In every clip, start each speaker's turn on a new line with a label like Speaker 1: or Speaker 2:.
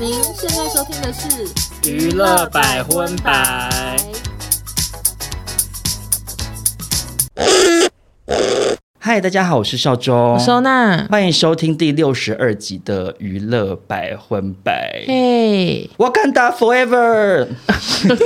Speaker 1: 您现在收听的是《
Speaker 2: 娱乐百分百》。
Speaker 3: 嗨，大家好，我是邵忠，
Speaker 1: 收纳，
Speaker 3: 欢迎收听第六十二集的娱乐百分百。
Speaker 1: 嘿，
Speaker 3: 我干达 forever，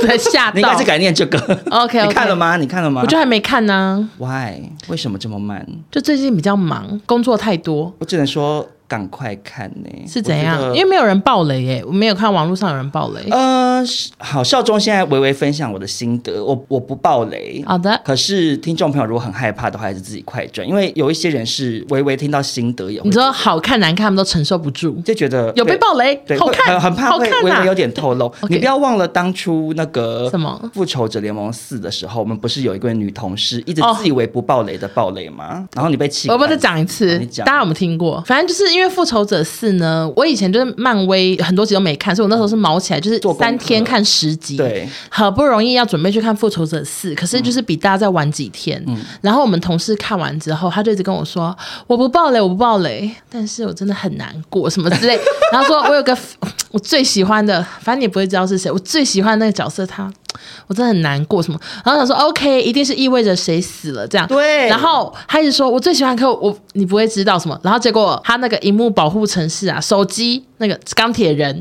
Speaker 1: 在吓
Speaker 3: 你应该
Speaker 1: 到
Speaker 3: 是。改念这个。
Speaker 1: OK，
Speaker 3: 你看了？吗？你看了吗？
Speaker 1: 我就还没看呢，
Speaker 3: Why？为什么这么慢？
Speaker 1: 就最近比较忙，工作太多，
Speaker 3: 我只能说赶快看呢、
Speaker 1: 是怎样
Speaker 3: 我觉？得
Speaker 1: 因为没有人爆雷耶，我没有看网络上有人爆雷。
Speaker 3: 呃，是好，少中现在微微分享我的心得，我我不爆雷。
Speaker 1: 好的，
Speaker 3: 可是听众朋友如果很害怕的话，还是自己快转，因为有一些人是微微听到心得也会
Speaker 1: 你知道好看难看他们都承受不住，
Speaker 3: 就觉得
Speaker 1: 有被爆雷
Speaker 3: 对，，
Speaker 1: 好看，
Speaker 3: 很很怕
Speaker 1: 好
Speaker 3: 会
Speaker 1: 看
Speaker 3: 微微有
Speaker 1: 啊！
Speaker 3: 点透 露。你不要忘了当初那个
Speaker 1: 什么
Speaker 3: 复仇者联盟四》的时候，我们不是有一位女同事一直自以为不爆雷的爆雷吗？然后你被气
Speaker 1: 哦我
Speaker 3: 翻，
Speaker 1: 要不要再讲一次
Speaker 3: 好你？讲
Speaker 1: 大家有没有听过？反正就是因为《复仇者四》呢，我以前就是漫威很多集都没看，所以我那时候是毛起来，就是
Speaker 3: 做功课
Speaker 1: 三天看十集。
Speaker 3: 对，
Speaker 1: 好不容易要准备去看《复仇者四》，可是就是比大家再晚几天。然后我们同事看完之后，他就一直跟我说：“我不爆雷，我不爆雷。”但是我真的很难过，什么之类。然后说我有个 我最喜欢的，反正你也不会知道是谁，我最喜欢那个角色他，我真的很难过什么。然后想说 OK，一定是意味着谁死了这样。
Speaker 3: 对
Speaker 1: 然后他一直说我最喜欢，可我你不会知道什么。然后结果他那个荧幕保护城市啊，手机那个钢铁人。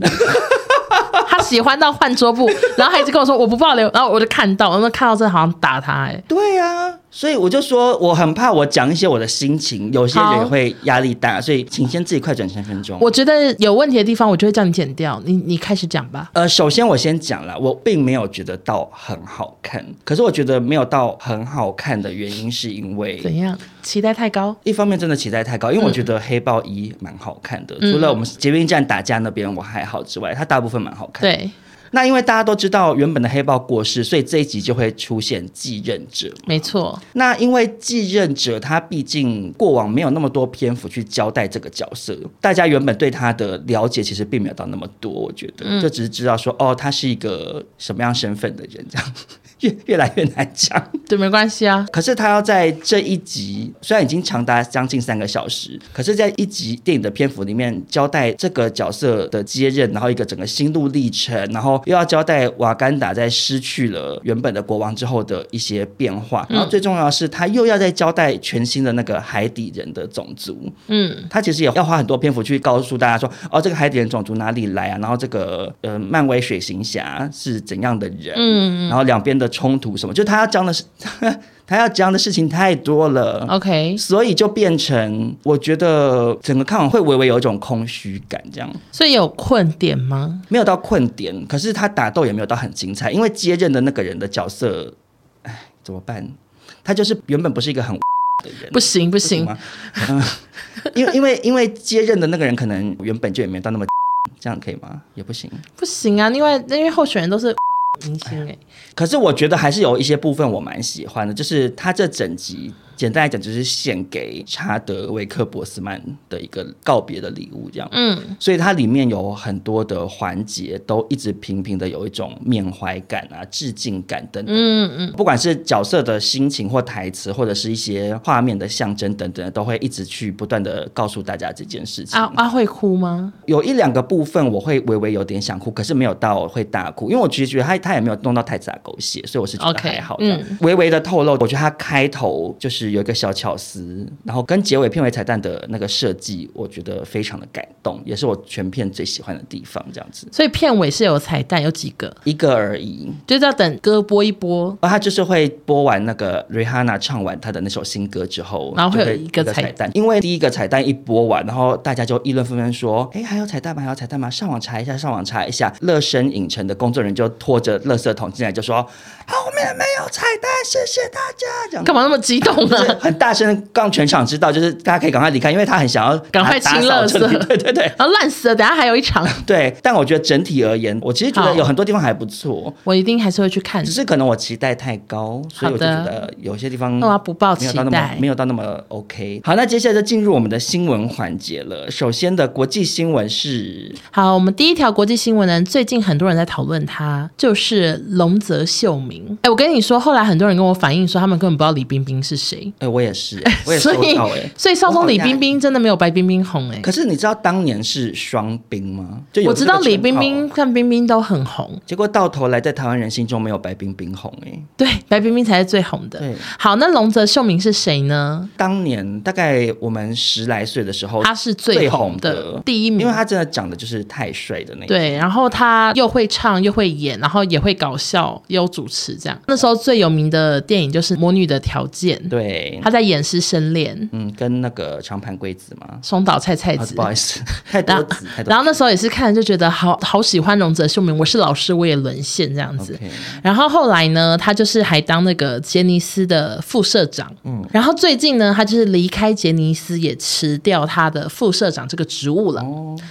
Speaker 1: 他喜欢到换桌布， 然后他一直跟我说我不爆雷，然后我就看到，然后看到真的好像打他哎、
Speaker 3: 对啊，所以我就说我很怕我讲一些我的心情，有些
Speaker 1: 好
Speaker 3: 人会压力大，所以请先自己快转三分钟。
Speaker 1: 我觉得有问题的地方，我就会叫你剪掉。你你开始讲吧。
Speaker 3: 呃，首先我先讲啦，我并没有觉得到很好看，可是我觉得没有到很好看的原因是因为
Speaker 1: 怎样？期待太高？
Speaker 3: 一方面真的期待太高，因为我觉得黑豹一蛮好看的，除了我们捷运站打架那边我还好之外，它大部分蛮好看。，
Speaker 1: 对，
Speaker 3: 那因为大家都知道原本的黑豹过世，所以这一集就会出现继任者。
Speaker 1: 没错。
Speaker 3: 那因为继任者他毕竟过往没有那么多篇幅去交代这个角色，大家原本对他的了解其实并没有到那么多，我觉得、就只是知道说哦，他是一个什么样身份的人，这样 越越来越难讲。
Speaker 1: 对，没关系啊。
Speaker 3: 可是他要在这一集，虽然已经长达将近三个小时，可是在一集电影的篇幅里面交代这个角色的接任，然后一个整个心路历程，然后又要交代瓦干达在失去了原本的国王之后的一些变化，然后最重要的是他又要再交代全新的那个海底人的种族，
Speaker 1: 嗯，
Speaker 3: 他其实也要花很多篇幅去告诉大家说，哦，这个海底人种族哪里来啊？然后这个呃，漫威水行侠是怎样的人？嗯，然后两边的冲突什么，就他 要讲的是他要讲的事情太多了。
Speaker 1: OK，
Speaker 3: 所以就变成，我觉得整个看完会微微有一种空虚感，这样
Speaker 1: 所以有困点吗？
Speaker 3: 没有到困点，可是他打斗也没有到很精彩，因为接任的那个人的角色，哎，怎么办？他就是原本不是一个很 的人，
Speaker 1: 不行不行，
Speaker 3: 吗？嗯，因为 因为因为接任的那个人可能原本就也没到那么， 这样可以吗？也不行。
Speaker 1: 不行啊！另外，因为候选人都是 明星哎、
Speaker 3: 可是我觉得还是有一些部分我蛮喜欢的，就是他这整集简单来讲就是献给查德维克伯斯曼的一个告别的礼物，这样。
Speaker 1: 嗯，
Speaker 3: 所以它里面有很多的环节都一直频频的有一种缅怀感啊、致敬感等等。
Speaker 1: 嗯嗯，
Speaker 3: 不管是角色的心情或台词，或者是一些画面的象征等等的，都会一直去不断的告诉大家这件事情。
Speaker 1: 啊啊会哭吗？
Speaker 3: 有一两个部分我会微微有点想哭，可是没有到会大哭，因为我其实觉得他他也没有弄到太洒狗血，所以我是觉得
Speaker 1: OK，
Speaker 3: 还好的。
Speaker 1: 嗯
Speaker 3: 微微的透露，我觉得他开头就是有一个小巧思，然后跟结尾片尾彩蛋的那个设计，我觉得非常的感动，也是我全片最喜欢的地方。这样子
Speaker 1: 所以片尾是有彩蛋，有几个，
Speaker 3: 一个而已，
Speaker 1: 就是要等歌播一播，
Speaker 3: 哦然后他就是会播完那个 Rihanna 唱完她的那首新歌之后，
Speaker 1: 然后会
Speaker 3: 就
Speaker 1: 有
Speaker 3: 会
Speaker 1: 一个彩
Speaker 3: 彩蛋，因为第一个彩蛋一播完，然后大家就议论纷纷说：“哎，还有彩蛋吗？还有彩蛋吗？上网查一下，上网查一下。”乐声影城的工作人员就拖着垃圾桶进来，就说：“ 后面没有彩蛋，谢谢大家。”这样。
Speaker 1: 干嘛那么激动啊 呢、
Speaker 3: 就是很大声，让全场知道，就是大家可以赶快离开，因为他很想要
Speaker 1: 赶快
Speaker 3: 打
Speaker 1: 清
Speaker 3: 打扫
Speaker 1: 垃圾
Speaker 3: 这里对对对
Speaker 1: 然后烂死了，等下还有一场，
Speaker 3: 对。但我觉得整体而言，我其实觉
Speaker 1: 好
Speaker 3: 得有很多地方还不错，
Speaker 1: 我一定还是会去看
Speaker 3: 只。是可能我期待太高，所以我就
Speaker 1: 好
Speaker 3: 觉
Speaker 1: 的
Speaker 3: 得有些地方
Speaker 1: 那我要不抱
Speaker 3: 没
Speaker 1: 期
Speaker 3: 有到那么
Speaker 1: 待
Speaker 3: 没。有到那么 OK。好，那接下来就进入我们的新闻环节了。首先的国际新闻是，
Speaker 1: 好，我们第一条国际新闻呢，最近很多人在讨论他，就是龙泽秀明。哎，我跟你说，后来很多人跟我反映说，他们根本不知道李冰冰是谁。 。
Speaker 3: 哎、我 也是，我也收
Speaker 1: 所以
Speaker 3: 到哎、，
Speaker 1: 所以少宗李
Speaker 3: 我好讶异
Speaker 1: 冰冰真的没有白冰冰红哎、
Speaker 3: 可是你知道当年是双冰吗？就有
Speaker 1: 我知道
Speaker 3: 这个
Speaker 1: 李
Speaker 3: 称
Speaker 1: 冰
Speaker 3: 号
Speaker 1: 冰，看冰冰都很红，
Speaker 3: 结果到头来在台湾人心中没有白冰冰红哎、
Speaker 1: 对， 白冰冰才是最红的
Speaker 3: 对。
Speaker 1: 好，那龙泽秀明是谁呢？
Speaker 3: 当年大概我们十来岁的时候，
Speaker 1: 他是最
Speaker 3: 哦最
Speaker 1: 红
Speaker 3: 红
Speaker 1: 的
Speaker 3: 的
Speaker 1: 第一
Speaker 3: 因
Speaker 1: 名
Speaker 3: 为。他真的长得就是太帅的那一种
Speaker 1: 对，然后他又会唱，又会演，然后也会搞笑，又主持这样。那时候最有名的电影就是《魔女的条件》，
Speaker 3: 对，
Speaker 1: 他在演师生恋，
Speaker 3: 嗯，跟那个长盘龟子嘛，
Speaker 1: 松岛菜菜
Speaker 3: 啊
Speaker 1: 子
Speaker 3: 不。好意思，太
Speaker 1: 然
Speaker 3: 多
Speaker 1: 后
Speaker 3: 子太，多
Speaker 1: 然后那时候也是看就觉得好好喜欢龙泽秀明，我是老师我也沦陷这样
Speaker 3: 子。
Speaker 1: 子。
Speaker 3: OK，
Speaker 1: 然后后来呢，他就是还当那个杰尼斯的副社长。嗯，然后最近呢，他就是离开杰尼斯，也辞掉他的副社长这个职务了，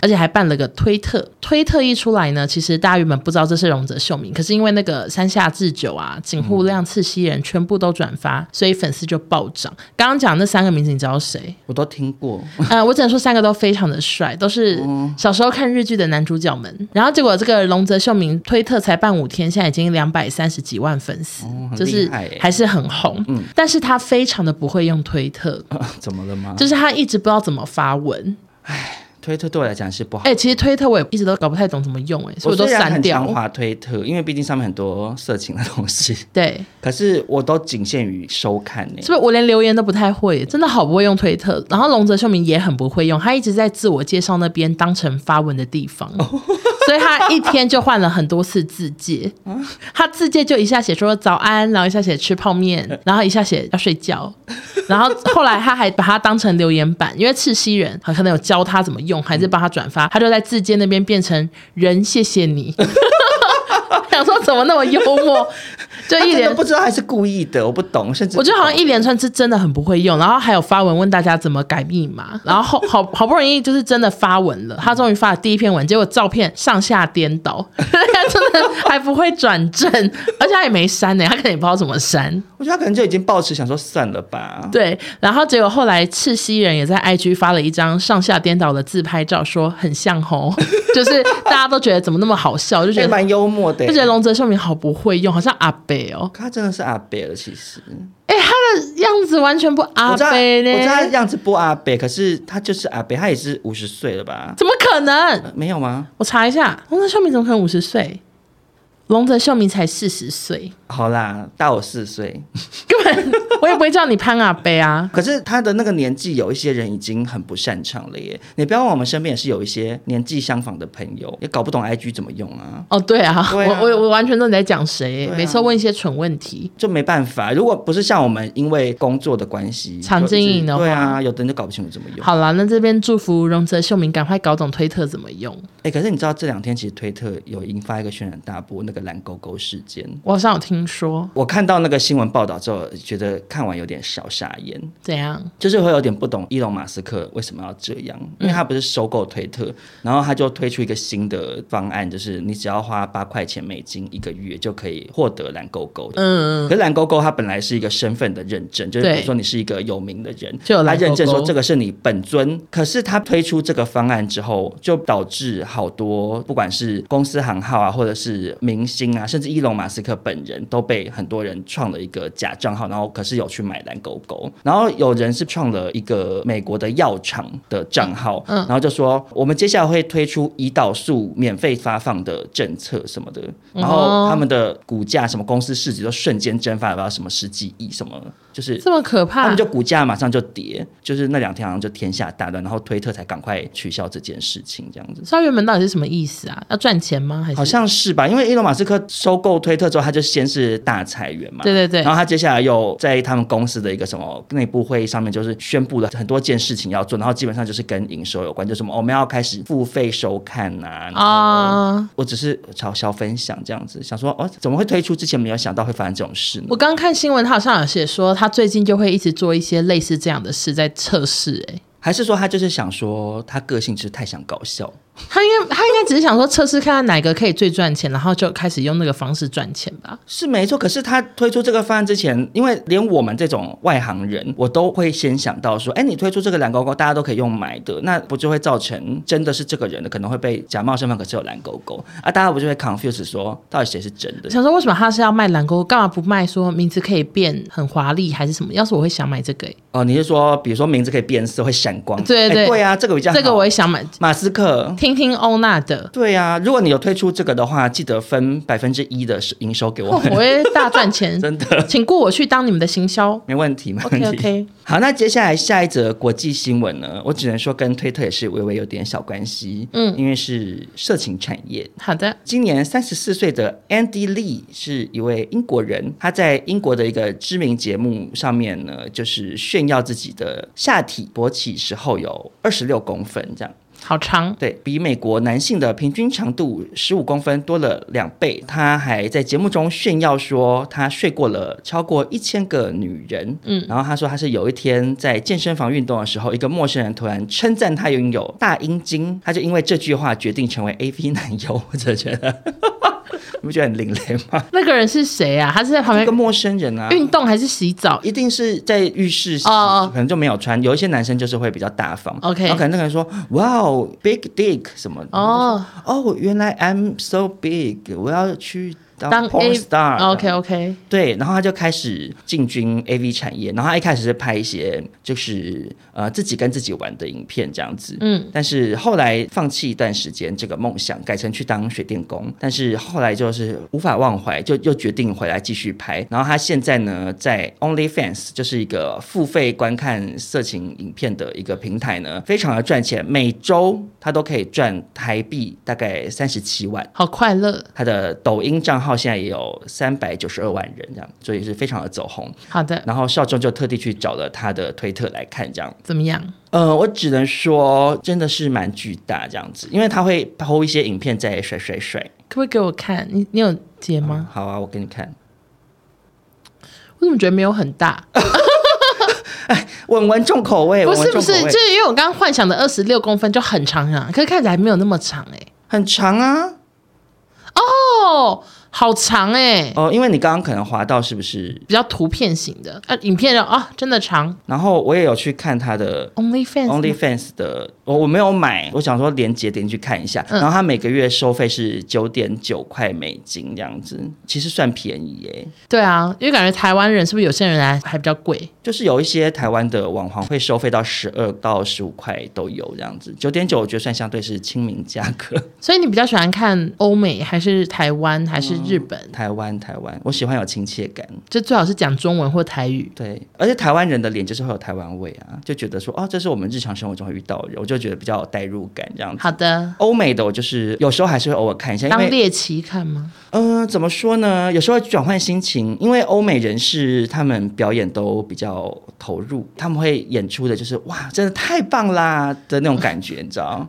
Speaker 1: 而且还办了个推特。推特一出来呢，其实大家原本不知道这是荣泽秀明，可是因为那个山下智久啊、井户亮次西人全部都转发，所以粉丝就暴涨。刚刚讲那三个名字，你知道谁？
Speaker 3: 我都听过，
Speaker 1: 呃，我只能说三个都非常的帅，都是
Speaker 3: 哦
Speaker 1: 小时候看日剧的男主角们。然后结果这个龙泽秀明推特才办五天，现在已经两百三十几万粉丝，
Speaker 3: 很
Speaker 1: 就
Speaker 3: 厉
Speaker 1: 是
Speaker 3: 害欸嗯
Speaker 1: 还是很红。但是他非常的不会用推特，
Speaker 3: 怎么了吗？
Speaker 1: 就是他一直不知道怎么发文。
Speaker 3: 推特对我来讲是不好。
Speaker 1: 哎、其实推特我也一直都搞不太懂怎么用、哎，所以
Speaker 3: 我
Speaker 1: 我都
Speaker 3: 虽然
Speaker 1: 删
Speaker 3: 很常
Speaker 1: 掉。
Speaker 3: 滑推特，因为毕竟上面很多色情的东西，
Speaker 1: 对，
Speaker 3: 可是我都仅限于收看呢、
Speaker 1: 是不是我连留言都不太会？真的好不会用推特。然后龙泽秀明也很不会用，他一直在自我介绍那边当成发文的地方， 所以他一天就换了很多次字界。他字界就一下写说早安，然后一下写吃泡面，然后一下写要睡觉，然后后来他还把它当成留言板，因为赤西人啊可能有教他怎么用，还是帮他转发，他就在字界那边变成人谢谢你。 想说怎么那么幽默，就
Speaker 3: 他
Speaker 1: 一
Speaker 3: 真
Speaker 1: 脸
Speaker 3: 的不知道他是故意的，我不懂，甚至
Speaker 1: 我觉得好像
Speaker 3: 一
Speaker 1: 一连串是真的很不会用，然后还有发文问大家怎么改密码，然后好好好不容易就是真的发文了，他终于发了第一篇文，结果照片上下颠倒， 他真的还不会转正，而且他也没删呢、他可能也不知道怎么删。
Speaker 3: 我觉得他可能就已经抱持想说算了吧，
Speaker 1: 对，然后结果后来赤西仁也在 IG 发了一张上下颠倒的自拍照，说很像吼， 就是大家都觉得怎么那么好笑，就觉
Speaker 3: 也
Speaker 1: 得
Speaker 3: 蛮幽默的、欸
Speaker 1: 就觉得龙泽秀明好不会用，好像阿北哦，
Speaker 3: 他真的是阿贝了，其实
Speaker 1: 哎、他的样子完全不阿
Speaker 3: 我知道，
Speaker 1: 北呢，
Speaker 3: 我知道他样子不阿贝，可是他就是阿贝，他也是五十岁了吧？
Speaker 1: 怎么可能？
Speaker 3: 没有吗？
Speaker 1: 我查一下，龙泽秀明怎么可能五十岁？龙泽秀明才四十岁，
Speaker 3: 好啦，大我四岁，
Speaker 1: 根本我也不会叫你潘阿贝啊。
Speaker 3: 可是他的那个年纪，有一些人已经很不擅长了耶。你不要忘，我们身边也是有一些年纪相仿的朋友，也搞不懂 IG 怎么用啊。
Speaker 1: 哦，对啊，
Speaker 3: 对啊
Speaker 1: 我我我完全都你在讲谁、
Speaker 3: 对啊
Speaker 1: 每次都问一些蠢问题。
Speaker 3: 就没办法，如果不是像我们因为工作的关系，
Speaker 1: 常经营的
Speaker 3: 就
Speaker 1: 话
Speaker 3: 一直对啊，有的人就搞不清楚怎么用。
Speaker 1: 好啦，那这边祝福龙泽秀明赶快搞懂推特怎么用。
Speaker 3: 哎、可是你知道这两天其实推特有引发一个轩然大波，那个蓝勾勾事件。
Speaker 1: 我好像有听说，
Speaker 3: 我看到那个新闻报道之后，觉得看完有点小傻眼，
Speaker 1: 怎样？
Speaker 3: 就是会有点不懂伊隆马斯克为什么要这样，因为他不是收购推特，然后他就推出一个新的方案，就是你只要花八块钱美金一个月就可以获得蓝勾勾。
Speaker 1: 嗯，
Speaker 3: 可是蓝勾勾它本来是一个身份的认证，就是
Speaker 1: 对
Speaker 3: 比如说你是一个有名的人，
Speaker 1: 就有蓝
Speaker 3: 它认证
Speaker 1: 勾勾
Speaker 3: 说这个是你本尊。可是他推出这个方案之后，就导致好多不管是公司行号啊，或者是明星啊，甚至伊隆马斯克本人都被很多人创了一个假账号，然后可是有去买蓝勾勾，然后有人是创了一个美国的药厂的账号，
Speaker 1: 嗯嗯
Speaker 3: 然后就说我们接下来会推出胰岛素免费发放的政策什么的，
Speaker 1: 哦
Speaker 3: 然后他们的股价什么公司市值都瞬间蒸发了不知道什么十几亿什么，就是
Speaker 1: 这么可
Speaker 3: 他
Speaker 1: 怕
Speaker 3: 们就？股价马上就跌，就是那两天好像就天下大乱，然后推特才赶快取消这件事情，这样子。
Speaker 1: 校园门到底是什么意思啊？要赚钱吗？还是
Speaker 3: 好像是吧，因为伊隆马斯克收购推特之后，他就先是大裁员嘛，
Speaker 1: 对对对
Speaker 3: 然后他接下来又在他们公司的一个什么内部会议上面，就是宣布了很多件事情要做，然后基本上就是跟营收有关，就什么、哦我们要开始付费收看呐、啊，啊，
Speaker 1: 啊？
Speaker 3: 我只是嘲笑分享这样子，想说哦，怎么会推出之前没有想到会发生这种事呢
Speaker 1: 我？刚看新闻，他好像有写说，他最近就会一直做一些类似这样的事，在测试、欸。
Speaker 3: 还是说他就是想说他个性就是太想搞笑，
Speaker 1: 他应该他应该只是想说测试看看哪个可以最赚钱，然后就开始用那个方式赚钱吧。
Speaker 3: 是没错，可是他推出这个方案之前，因为连我们这种外行人，我都会先想到说，哎，你推出这个蓝勾勾，大家都可以用买的，那不就会造成真的是这个人的可能会被假冒身份，可是有蓝勾勾啊，大家不就会 confuse 说到底谁是真的？
Speaker 1: 想说为什么他是要卖蓝勾，干嘛不卖说名字可以变很华丽还是什么？要是我会想买这个、欸，
Speaker 3: 哦，你是说比如说名字可以变色，会闪光？
Speaker 1: 对
Speaker 3: 哎
Speaker 1: 对
Speaker 3: 对啊，这个比较好
Speaker 1: 这个我也想买，
Speaker 3: 马斯克。
Speaker 1: 听听欧娜的，
Speaker 3: 对啊，如果你有推出这个的话，记得分百分之一的营收给我
Speaker 1: 哦
Speaker 3: 们，
Speaker 1: 我会大赚钱，
Speaker 3: 真的
Speaker 1: 请雇我去当你们的行 销。
Speaker 3: 没问题，没问
Speaker 1: OK
Speaker 3: 题。
Speaker 1: OK，
Speaker 3: 好，那接下来下一则国际新闻呢？我只能说跟推特也是微微有点小关系，
Speaker 1: 嗯
Speaker 3: 因为是色情产业。
Speaker 1: 好的，
Speaker 3: 今年三十四岁的 Andy Lee 是一位英国人，他在英国的一个知名节目上面呢，就是炫耀自己的下体勃起时候有二十六公分这样。
Speaker 1: 好长，
Speaker 3: 对比美国男性的平均长度十五公分多了两倍。他还在节目中炫耀说，他睡过了超过一千个女人。嗯，然后他说他是有一天在健身房运动的时候，一个陌生人突然称赞他拥有大阴茎，他就因为这句话决定成为 AV 男优。我真的觉得， 你不觉得很另类吗？
Speaker 1: 那个人是谁啊？他是在旁
Speaker 3: 一
Speaker 1: 边
Speaker 3: 个陌生人啊。
Speaker 1: 运动还是洗澡？
Speaker 3: 一定是在浴室洗
Speaker 1: 嗯哦哦
Speaker 3: 可能就没有穿。有一些男生就是会比较大方
Speaker 1: OK
Speaker 3: 然后可能那个人说哇哦 big dick 什么的，
Speaker 1: 哦，
Speaker 3: 哦，原来 I'm so big，我要去当
Speaker 1: 当
Speaker 3: porn
Speaker 1: A
Speaker 3: star。
Speaker 1: OK OK，
Speaker 3: 对，然后他就开始进军 AV 产业，然后他一开始是拍一些就是呃自己跟自己玩的影片这样子，
Speaker 1: 嗯，
Speaker 3: 但是后来放弃一段时间这个梦想，改成去当水电工，但是后来就是无法忘怀，就又决定回来继续拍。然后他现在呢，在 OnlyFans 就是一个付费观看色情影片的一个平台呢，非常的赚钱，每周他都可以赚台币大概三十七万。
Speaker 1: 好快乐。
Speaker 3: 他的抖音账号现在也有三百九十二万人这样，所以是非常的走红。
Speaker 1: 好的，
Speaker 3: 然后少壮就特地去找了他的推特来看，这样，
Speaker 1: 怎么样？
Speaker 3: 呃，我只能说真的是蛮巨大这样子，因为他会抛一些影片在甩甩甩。
Speaker 1: 可不可以给我看？你你有截吗？
Speaker 3: 好啊，我给你看。嗯
Speaker 1: 我怎么觉得没有很大？
Speaker 3: 文文重口味，
Speaker 1: 不
Speaker 3: 文
Speaker 1: 是
Speaker 3: 文
Speaker 1: 不
Speaker 3: 重
Speaker 1: 是
Speaker 3: 口，味
Speaker 1: 就是因为我刚刚幻想的二十六公分就很长啊，可是看起来没有那么长哎、
Speaker 3: 很长啊。
Speaker 1: 哦，好长哎、
Speaker 3: 哦，因为你刚刚可能滑到是不是？
Speaker 1: 比较图片型的啊，影片的啊，真的长。
Speaker 3: 然后我也有去看他的
Speaker 1: Only fans
Speaker 3: Only Fans 的，我我没有买，我想说连接点去看一下。然后它每个月收费是九点九块美金这样子，其实算便宜耶、
Speaker 1: 对啊，因为感觉台湾人是不是有些人来还比较贵？
Speaker 3: 就是有一些台湾的网红会收费到十二到十五块都有这样子，九点九我觉得算相对是亲民价格。
Speaker 1: 所以你比较喜欢看欧美还是台湾还是日本？
Speaker 3: 台湾台湾，我喜欢有亲切感，
Speaker 1: 就最好是讲中文或台语。
Speaker 3: 对，而且台湾人的脸就是会有台湾味啊，就觉得说哦，这是我们日常生活中会遇到的人，我就觉得比较有代入感这样子。
Speaker 1: 好的，
Speaker 3: 欧美的我就是有时候还是会偶尔看一下，因
Speaker 1: 当
Speaker 3: 为
Speaker 1: 猎奇看吗？
Speaker 3: 嗯，怎么说呢？有时候转换心情，因为欧美人士他们表演都比较投入，他们会演出的就是哇，真的太棒啦的那种感觉，你知道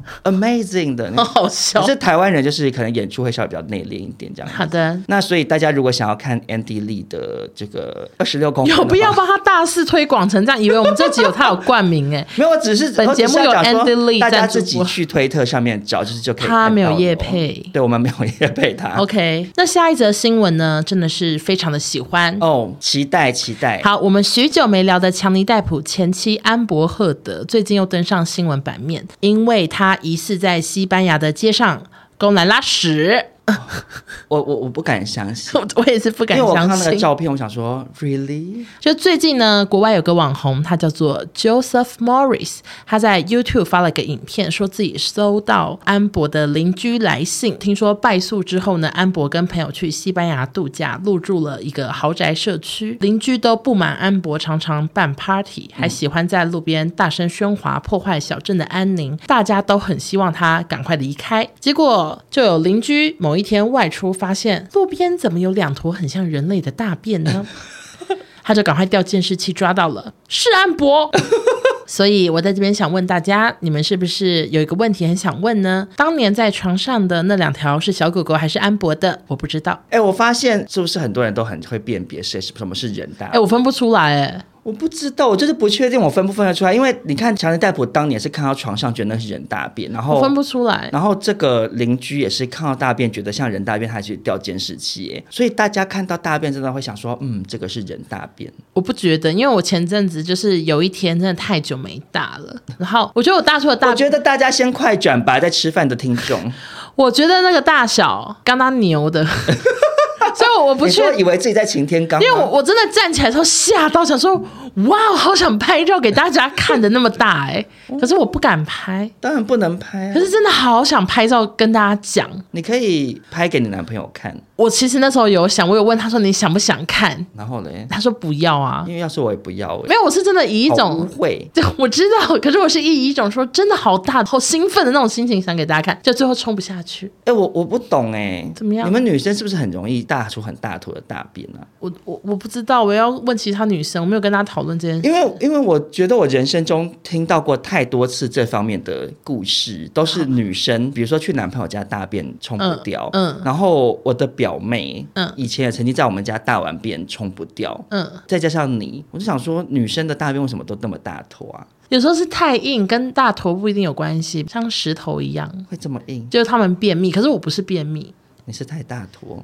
Speaker 3: ，amazing 的那
Speaker 1: 好
Speaker 3: 种。
Speaker 1: 好笑
Speaker 3: 嗯可。是台湾人就是可能演出会稍微比较内敛一点这样。
Speaker 1: 好的，
Speaker 3: 那所以大家如果想要看 Andy Lee 的这个二十六公分的
Speaker 1: 有
Speaker 3: 话
Speaker 1: 必要？帮他大肆推广成这样？以为我们这集有他有冠名哎、
Speaker 3: 没有，我只是
Speaker 1: 本
Speaker 3: 我只是
Speaker 1: 节目
Speaker 3: 要
Speaker 1: 有
Speaker 3: 讲说
Speaker 1: Andy Lee
Speaker 3: 大家
Speaker 1: 赞助
Speaker 3: 自己
Speaker 1: 播
Speaker 3: 去推特上面找，就是就可以看到了。哦
Speaker 1: 他没有业配
Speaker 3: 对我们没有业配他。
Speaker 1: OK，那下一则新闻呢，真的是非常的喜欢。
Speaker 3: 哦，期待期待。
Speaker 1: 好，我们许久没聊的强尼戴普前妻安博赫德，最近又登上新闻版面，因为他疑似在西班牙的街上公然拉屎。
Speaker 3: 我我我不敢相信。
Speaker 1: 我我也是不敢
Speaker 3: 因为我看
Speaker 1: 相
Speaker 3: 到那个
Speaker 1: 信。
Speaker 3: 照片，我想说，really？
Speaker 1: 就最近呢，国外有个网红，他叫做 Joseph Morris，他在 YouTube 发了个影片，说自己收到安博的邻居来信，听说败诉之后呢，安博跟朋友去西班牙度假，入住了一个豪宅社区，邻居都不满安博常常办 party，还喜欢在路边大声喧哗，破坏小镇的安宁，大家都很希望他赶快离开。结果就有邻居某一天外出，发现路边怎么有两坨很像人类的大便呢？他就赶快调监视器抓到了，是安博。 所以我在这边想问大家，你们是不是有一个问题很想问呢？当年在床上的那两条是小狗狗还是安博的？我不知道，
Speaker 3: 哎、我发现是不是很多人都很会辨别谁是什么是人大？
Speaker 1: 哎、我分不出来、哎，
Speaker 3: 我不知道，我就是不确定我分不分得出来，因为你看强尼戴普当年是看到床上觉得那是人大便，然后
Speaker 1: 我分不出来。
Speaker 3: 然后这个邻居也是看到大便觉得像人大便，他去调监视器耶，所以大家看到大便真的会想说，嗯，这个是人大便。
Speaker 1: 我不觉得，因为我前阵子就是有一天真的太久没大了，然后我觉得我大出的大，
Speaker 3: 我觉得大家先快转吧，在吃饭的听众，
Speaker 1: 我觉得那个大小刚刚牛 的，所以我 我不
Speaker 3: 你
Speaker 1: 确
Speaker 3: 说以为自己在晴天刚吗，
Speaker 1: 因为我我真的站起来的时候吓到，想说哇，好想拍照给大家看的那么大哎、可是我不敢拍，
Speaker 3: 当然不能拍、啊
Speaker 1: 可，是真的好想拍照跟大家讲。
Speaker 3: 你可以拍给你男朋友看，
Speaker 1: 我其实那时候有想，我有问他说你想不想看，
Speaker 3: 然后嘞，
Speaker 1: 他说不要啊，
Speaker 3: 因为要是我也不要、欸，
Speaker 1: 没有，我是真的以一
Speaker 3: 好污
Speaker 1: 种
Speaker 3: 秽。
Speaker 1: 对，我知道，可是我是以一种说真的好大、好兴奋的那种心情想给大家看，就最后冲不下去。
Speaker 3: 哎、我我不懂哎、
Speaker 1: 怎么样
Speaker 3: 你们女生是不是很容易大出很大坨的大便啊？
Speaker 1: 我我我不知道，我要问其他女生，我没有跟大家讨论这件事。
Speaker 3: 因为因为我觉得我人生中听到过太多次这方面的故事，都是女生，比如说去男朋友家大便冲不掉，
Speaker 1: 嗯嗯
Speaker 3: 然后我的表妹，
Speaker 1: 嗯
Speaker 3: 以前也曾经在我们家大完便冲不掉。
Speaker 1: 嗯，
Speaker 3: 再加上你，我就想说，女生的大便为什么都那么大坨啊？
Speaker 1: 有时候是太硬，跟大头不一定有关系，像石头一样，
Speaker 3: 会这么硬？
Speaker 1: 就是他们便秘，可是我不是便秘，
Speaker 3: 你是太大坨？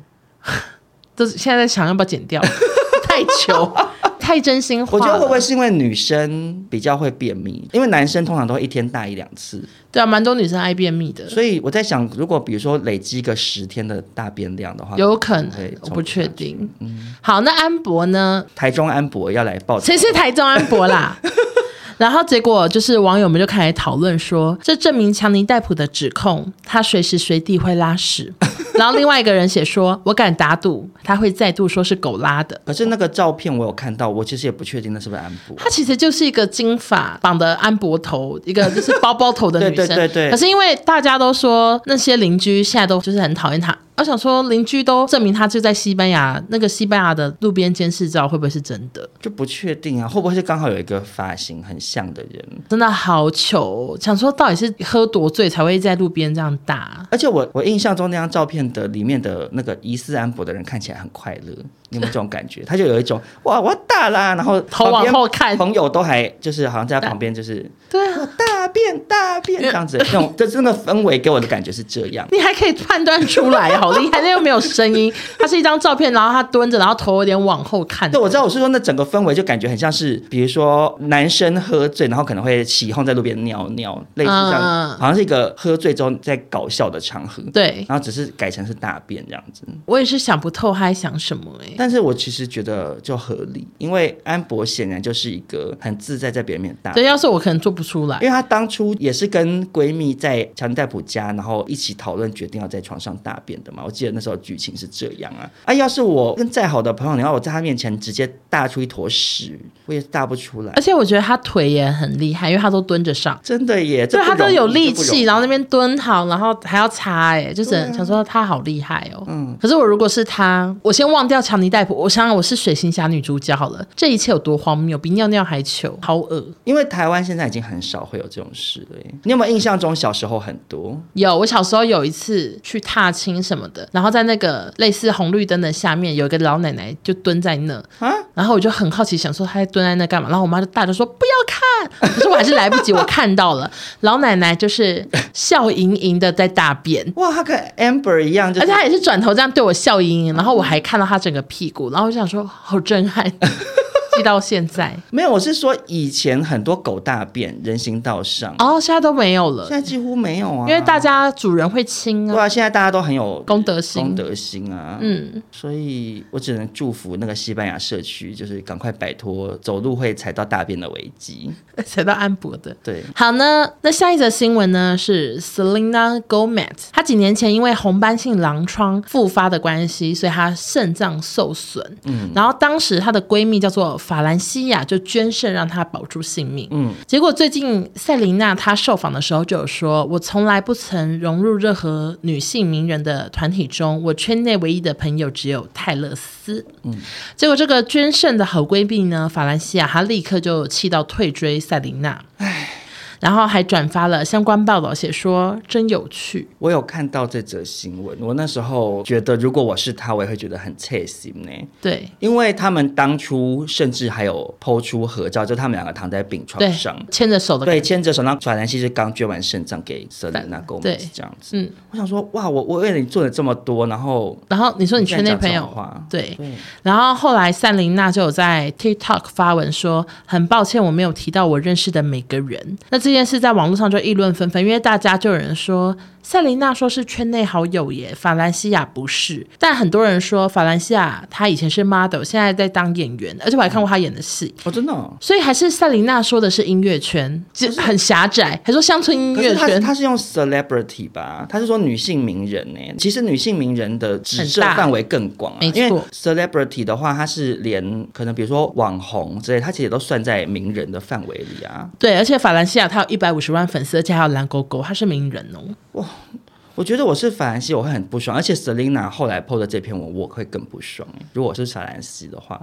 Speaker 1: 就是现在在想要不要剪掉， 太久，太真心话
Speaker 3: 我
Speaker 1: 了。
Speaker 3: 觉得会不会是因为女生比较会便秘？因为男生通常都会一天大一两次，
Speaker 1: 对啊，蛮多女生爱便秘的，
Speaker 3: 所以我在想，如果比如说累积个十天的大便量的话，
Speaker 1: 有可能
Speaker 3: 对，
Speaker 1: 我不确定。
Speaker 3: 嗯
Speaker 1: 好，那安博呢？
Speaker 3: 台中安博要来报道
Speaker 1: 谁是台中安博啦？ 然后结果就是网友们就开始讨论说，这证明强尼戴普的指控，他随时随地会拉屎。然后另外一个人写说，我敢打赌他会再度说是狗拉的。
Speaker 3: 可是那个照片我有看到，我其实也不确定那是不是安博。
Speaker 1: 她其实就是一个金发绑的安博头，一个就是包包头的女生。
Speaker 3: 对对对对
Speaker 1: 可是因为大家都说那些邻居现在都就是很讨厌她，我想说邻居都证明她就在西班牙，那个西班牙的路边监视照会不会是真的？
Speaker 3: 就不确定啊，会不会是刚好有一个发型很像的人？
Speaker 1: 真的好糗哦，想说到底是喝多醉才会在路边这样打。
Speaker 3: 而且我我印象中那张照片的里面的那个疑似安博的人看起来很快乐，你有没有这 种感觉？他就有一种哇我要大啦，然后
Speaker 1: 头
Speaker 3: 旁
Speaker 1: 往
Speaker 3: 边
Speaker 1: 后看
Speaker 3: 朋友都还就是好像在旁边就是
Speaker 1: 对啊，
Speaker 3: 大便大便这样子，那种这真的氛围给我的感觉是这样。
Speaker 1: 你还可以判断出来，好厉害！那又没有声音，它是一张照片，然后他蹲着，然后头有点往后看。
Speaker 3: 对，我知道，我是说那整个氛围就感觉很像是，比如说男生喝醉，然后可能会起哄在路边尿尿，类似这样，
Speaker 1: 嗯
Speaker 3: 好像是一个喝醉之后在搞笑的场合。
Speaker 1: 对
Speaker 3: 然后只是改成是大便这样子，
Speaker 1: 我也是想不透他在想什么哎、
Speaker 3: 但是我其实觉得就合理，因为安博显然就是一个很自在在别人面前大
Speaker 1: 对，要是我可能做不出来
Speaker 3: 因。为她当初也是跟闺蜜在强尼戴普家，然后一起讨论决定要在床上大便的嘛。我记得那时候剧情是这样啊。啊，要是我跟再好的朋友，你要我在她面前直接大出一坨屎，我也大不出来
Speaker 1: 而。且我觉得他腿也很厉害，因为他都蹲着上，
Speaker 3: 真的耶，
Speaker 1: 对
Speaker 3: 这
Speaker 1: 他
Speaker 3: 不
Speaker 1: 都
Speaker 3: 容易
Speaker 1: 有力
Speaker 3: 这不容
Speaker 1: 气，
Speaker 3: 易
Speaker 1: 然后那边蹲好，然后还要擦、哎，就是
Speaker 3: 对啊
Speaker 1: 想说他好厉害哦。嗯，可是我如果是他，我先忘掉强尼戴普，我想想我是水行侠女主角好了，这一切有多荒谬，比尿尿还糗，好恶。
Speaker 3: 因为台湾现在已经很少会有这种事了耶。你有没有印象中小时候很多？
Speaker 1: 有，我小时候有一次去踏青什么的，然后在那个类似红绿灯的下面，有一个老奶奶就蹲在那，
Speaker 3: 啊
Speaker 1: 然后我就很好奇，想说她在蹲在那干嘛？然后我妈就大着说不要看，可是我还是来不及，我看到了，老奶奶就是笑盈盈的在大 便。
Speaker 3: 哇，她跟 Amber 一样，就
Speaker 1: 而
Speaker 3: 是
Speaker 1: 且她也是转头这样对我笑盈盈，然后我还看到她整个屁股，然后我就想说好震 撼，记到现在
Speaker 3: 没有。我是说以前很多狗大便人行道上，
Speaker 1: 哦，现在都没有了
Speaker 3: 现，在几乎没 有啊，
Speaker 1: 因为大家主人会亲
Speaker 3: 对
Speaker 1: 啊，
Speaker 3: 啊，现在大家都很有
Speaker 1: 公德心
Speaker 3: 公德心啊，
Speaker 1: 嗯，
Speaker 3: 所以我只能祝福那个西班牙社区，就是赶快摆脱走路会踩到大便的危机。
Speaker 1: 踩到安博的。
Speaker 3: 对，
Speaker 1: 好呢，那下一则新闻呢是 Selena Gomez，她几年前因为红斑性狼疮复发的关系，所以她肾脏受损。嗯，然后当时她的闺蜜叫做法兰西亚就捐肾让她保住性命。嗯，结果最近塞琳娜她受访的时候就有说，我从来不曾融入任何女性名人的团体中，我圈内唯一的朋友只有泰勒斯。结果这个捐肾的好闺蜜呢，法兰西亚，她立刻就气到退追塞琳娜。然后还转发了相关报道，写说真有趣。
Speaker 3: 我有看到这则新闻，我那时候觉得，如果我是他，我也会觉得很刺心呢。
Speaker 1: 对
Speaker 3: 因为他们当初甚至还有抛出合照，就他们两个躺在病床
Speaker 1: 对
Speaker 3: 上，，
Speaker 1: 牵着手的
Speaker 3: 对，
Speaker 1: 感觉，
Speaker 3: 牵着手，然后传兰西是刚捐完肾脏给瑟琳娜·戈梅
Speaker 1: 对
Speaker 3: 斯这样子。
Speaker 1: 嗯。
Speaker 3: 我想说，哇，我我为你做了这么多，然后
Speaker 1: 然后你说你圈内朋
Speaker 3: 你居然讲这
Speaker 1: 友
Speaker 3: 种话，
Speaker 1: 对，
Speaker 3: 对，
Speaker 1: 然后后来赛琳娜就有在 TikTok 发文说，很抱歉我没有提到我认识的每个人。那这件事在网络上就议论纷纷，因为大家就有人说赛琳娜说是圈内好友耶，法兰西亚不是，但很多人说法兰西亚她以前是 model，现在在当演员，而且我还看过她演的戏。
Speaker 3: 哦，真的哦、
Speaker 1: 所以还是赛琳娜说的是音乐圈，就很狭窄，还说乡村音
Speaker 3: 可
Speaker 1: 乐
Speaker 3: 是他
Speaker 1: 圈
Speaker 3: 他是用 celebrity 吧？他是说女性名人呢、其实女性名人的指涉
Speaker 1: 很大
Speaker 3: 范围更广、啊，
Speaker 1: 没错
Speaker 3: 因为 celebrity 的话，它是连可能比如说网红之类，它其实也都算在名人的范围里啊。
Speaker 1: 对，而且法兰西亚她有一百五十万粉丝，而且还有蓝勾勾，她是名人哦。
Speaker 3: 我觉得我是法兰西，我会很不爽，而且 Selina 后来 PO 的这篇文，我会更不爽、欸。如果我是法兰西的话，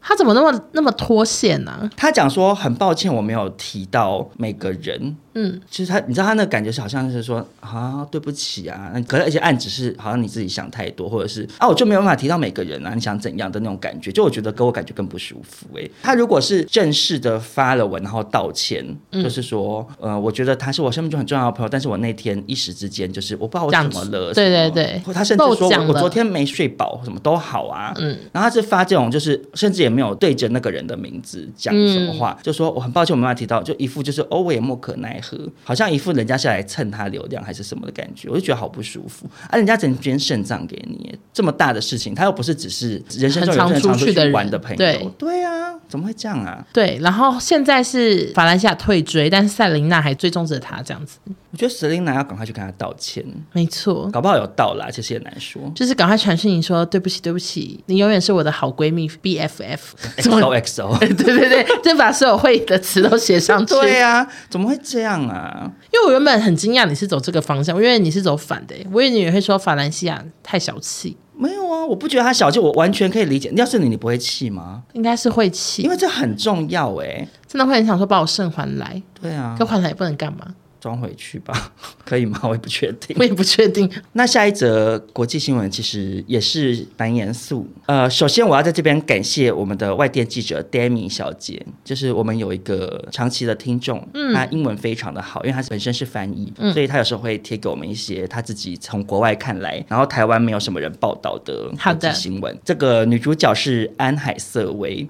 Speaker 1: 她怎么那么那么脱线啊呢、
Speaker 3: 他讲说很抱歉，我没有提到每个人。
Speaker 1: 嗯，
Speaker 3: 就是他，你知道他那个感觉是好像是说啊，对不起啊，那可是而且暗指是好像你自己想太多，或者是啊，我就没有办法提到每个人啊，你想怎样的那种感觉，就我觉得给我感觉更不舒服诶、他如果是正式的发了文，然后道歉，
Speaker 1: 嗯
Speaker 3: 就是说呃，我觉得他是我生命中很重要的朋友，但是我那天一时之间就是我不知道我怎么
Speaker 1: 这样
Speaker 3: 了，
Speaker 1: 子对
Speaker 3: 什么
Speaker 1: 对对
Speaker 3: 或他甚至说
Speaker 1: 漏讲
Speaker 3: 我我
Speaker 1: 了
Speaker 3: 昨天没睡饱，什么都好啊，
Speaker 1: 嗯，
Speaker 3: 然后他是发这种，就是甚至也没有对着那个人的名字讲什么话，就说我很抱歉，我没办法提到，就一副就是哦，我也莫可奈何，好像一副人家是来蹭他流量还是什么的感觉，我就觉得好不舒服。啊，人家整捐肾脏给你，这么大的事情，他又不是只是人生中
Speaker 1: 很常
Speaker 3: 有真的
Speaker 1: 出
Speaker 3: 常
Speaker 1: 去
Speaker 3: 出
Speaker 1: 的人
Speaker 3: 玩的朋友，
Speaker 1: 对
Speaker 3: 对啊，怎么会这样啊？
Speaker 1: 对，然后现在是法兰西亚退追，但是赛琳娜还追踪着她这样子，
Speaker 3: 我觉得 Selina 要赶快去跟他道歉，
Speaker 1: 没错，
Speaker 3: 搞不好有道啦，其实也难 说。
Speaker 1: 就是赶快传讯你说对不起，对不起，你永远是我的好闺蜜 B F F，
Speaker 3: XO XO，
Speaker 1: 对对对，就把所有会的词都写上去。
Speaker 3: 对啊，怎么会这样啊？
Speaker 1: 因为我原本很惊讶你是走这个方向，因为你是走反的、我以为你也会说法兰西亚太小气，
Speaker 3: 没有啊，我不觉得他小气，我完全可以理解。要是你，你不会气吗？
Speaker 1: 应该是会
Speaker 3: 因
Speaker 1: 气，
Speaker 3: 为这很重要哎、
Speaker 1: 真的会很想说把我肾还来，
Speaker 3: 对啊
Speaker 1: 可，还来也不能干嘛，
Speaker 3: 装回去吧， 可以吗？我也不确定。
Speaker 1: 我也不确定。
Speaker 3: 那下一则国际新闻其实也是蛮严肃。呃，首先我要在这边感谢我们的外电记者 Demi 小姐，就是我们有一个长期的听众，
Speaker 1: 嗯
Speaker 3: 她英文非常的好，因为她本身是翻译，所以她有时候会贴给我们一些她自己从国外看来，然后台湾没有什么人报道的
Speaker 1: 好
Speaker 3: 国
Speaker 1: 的
Speaker 3: 际新闻。这个女主角是安海瑟薇，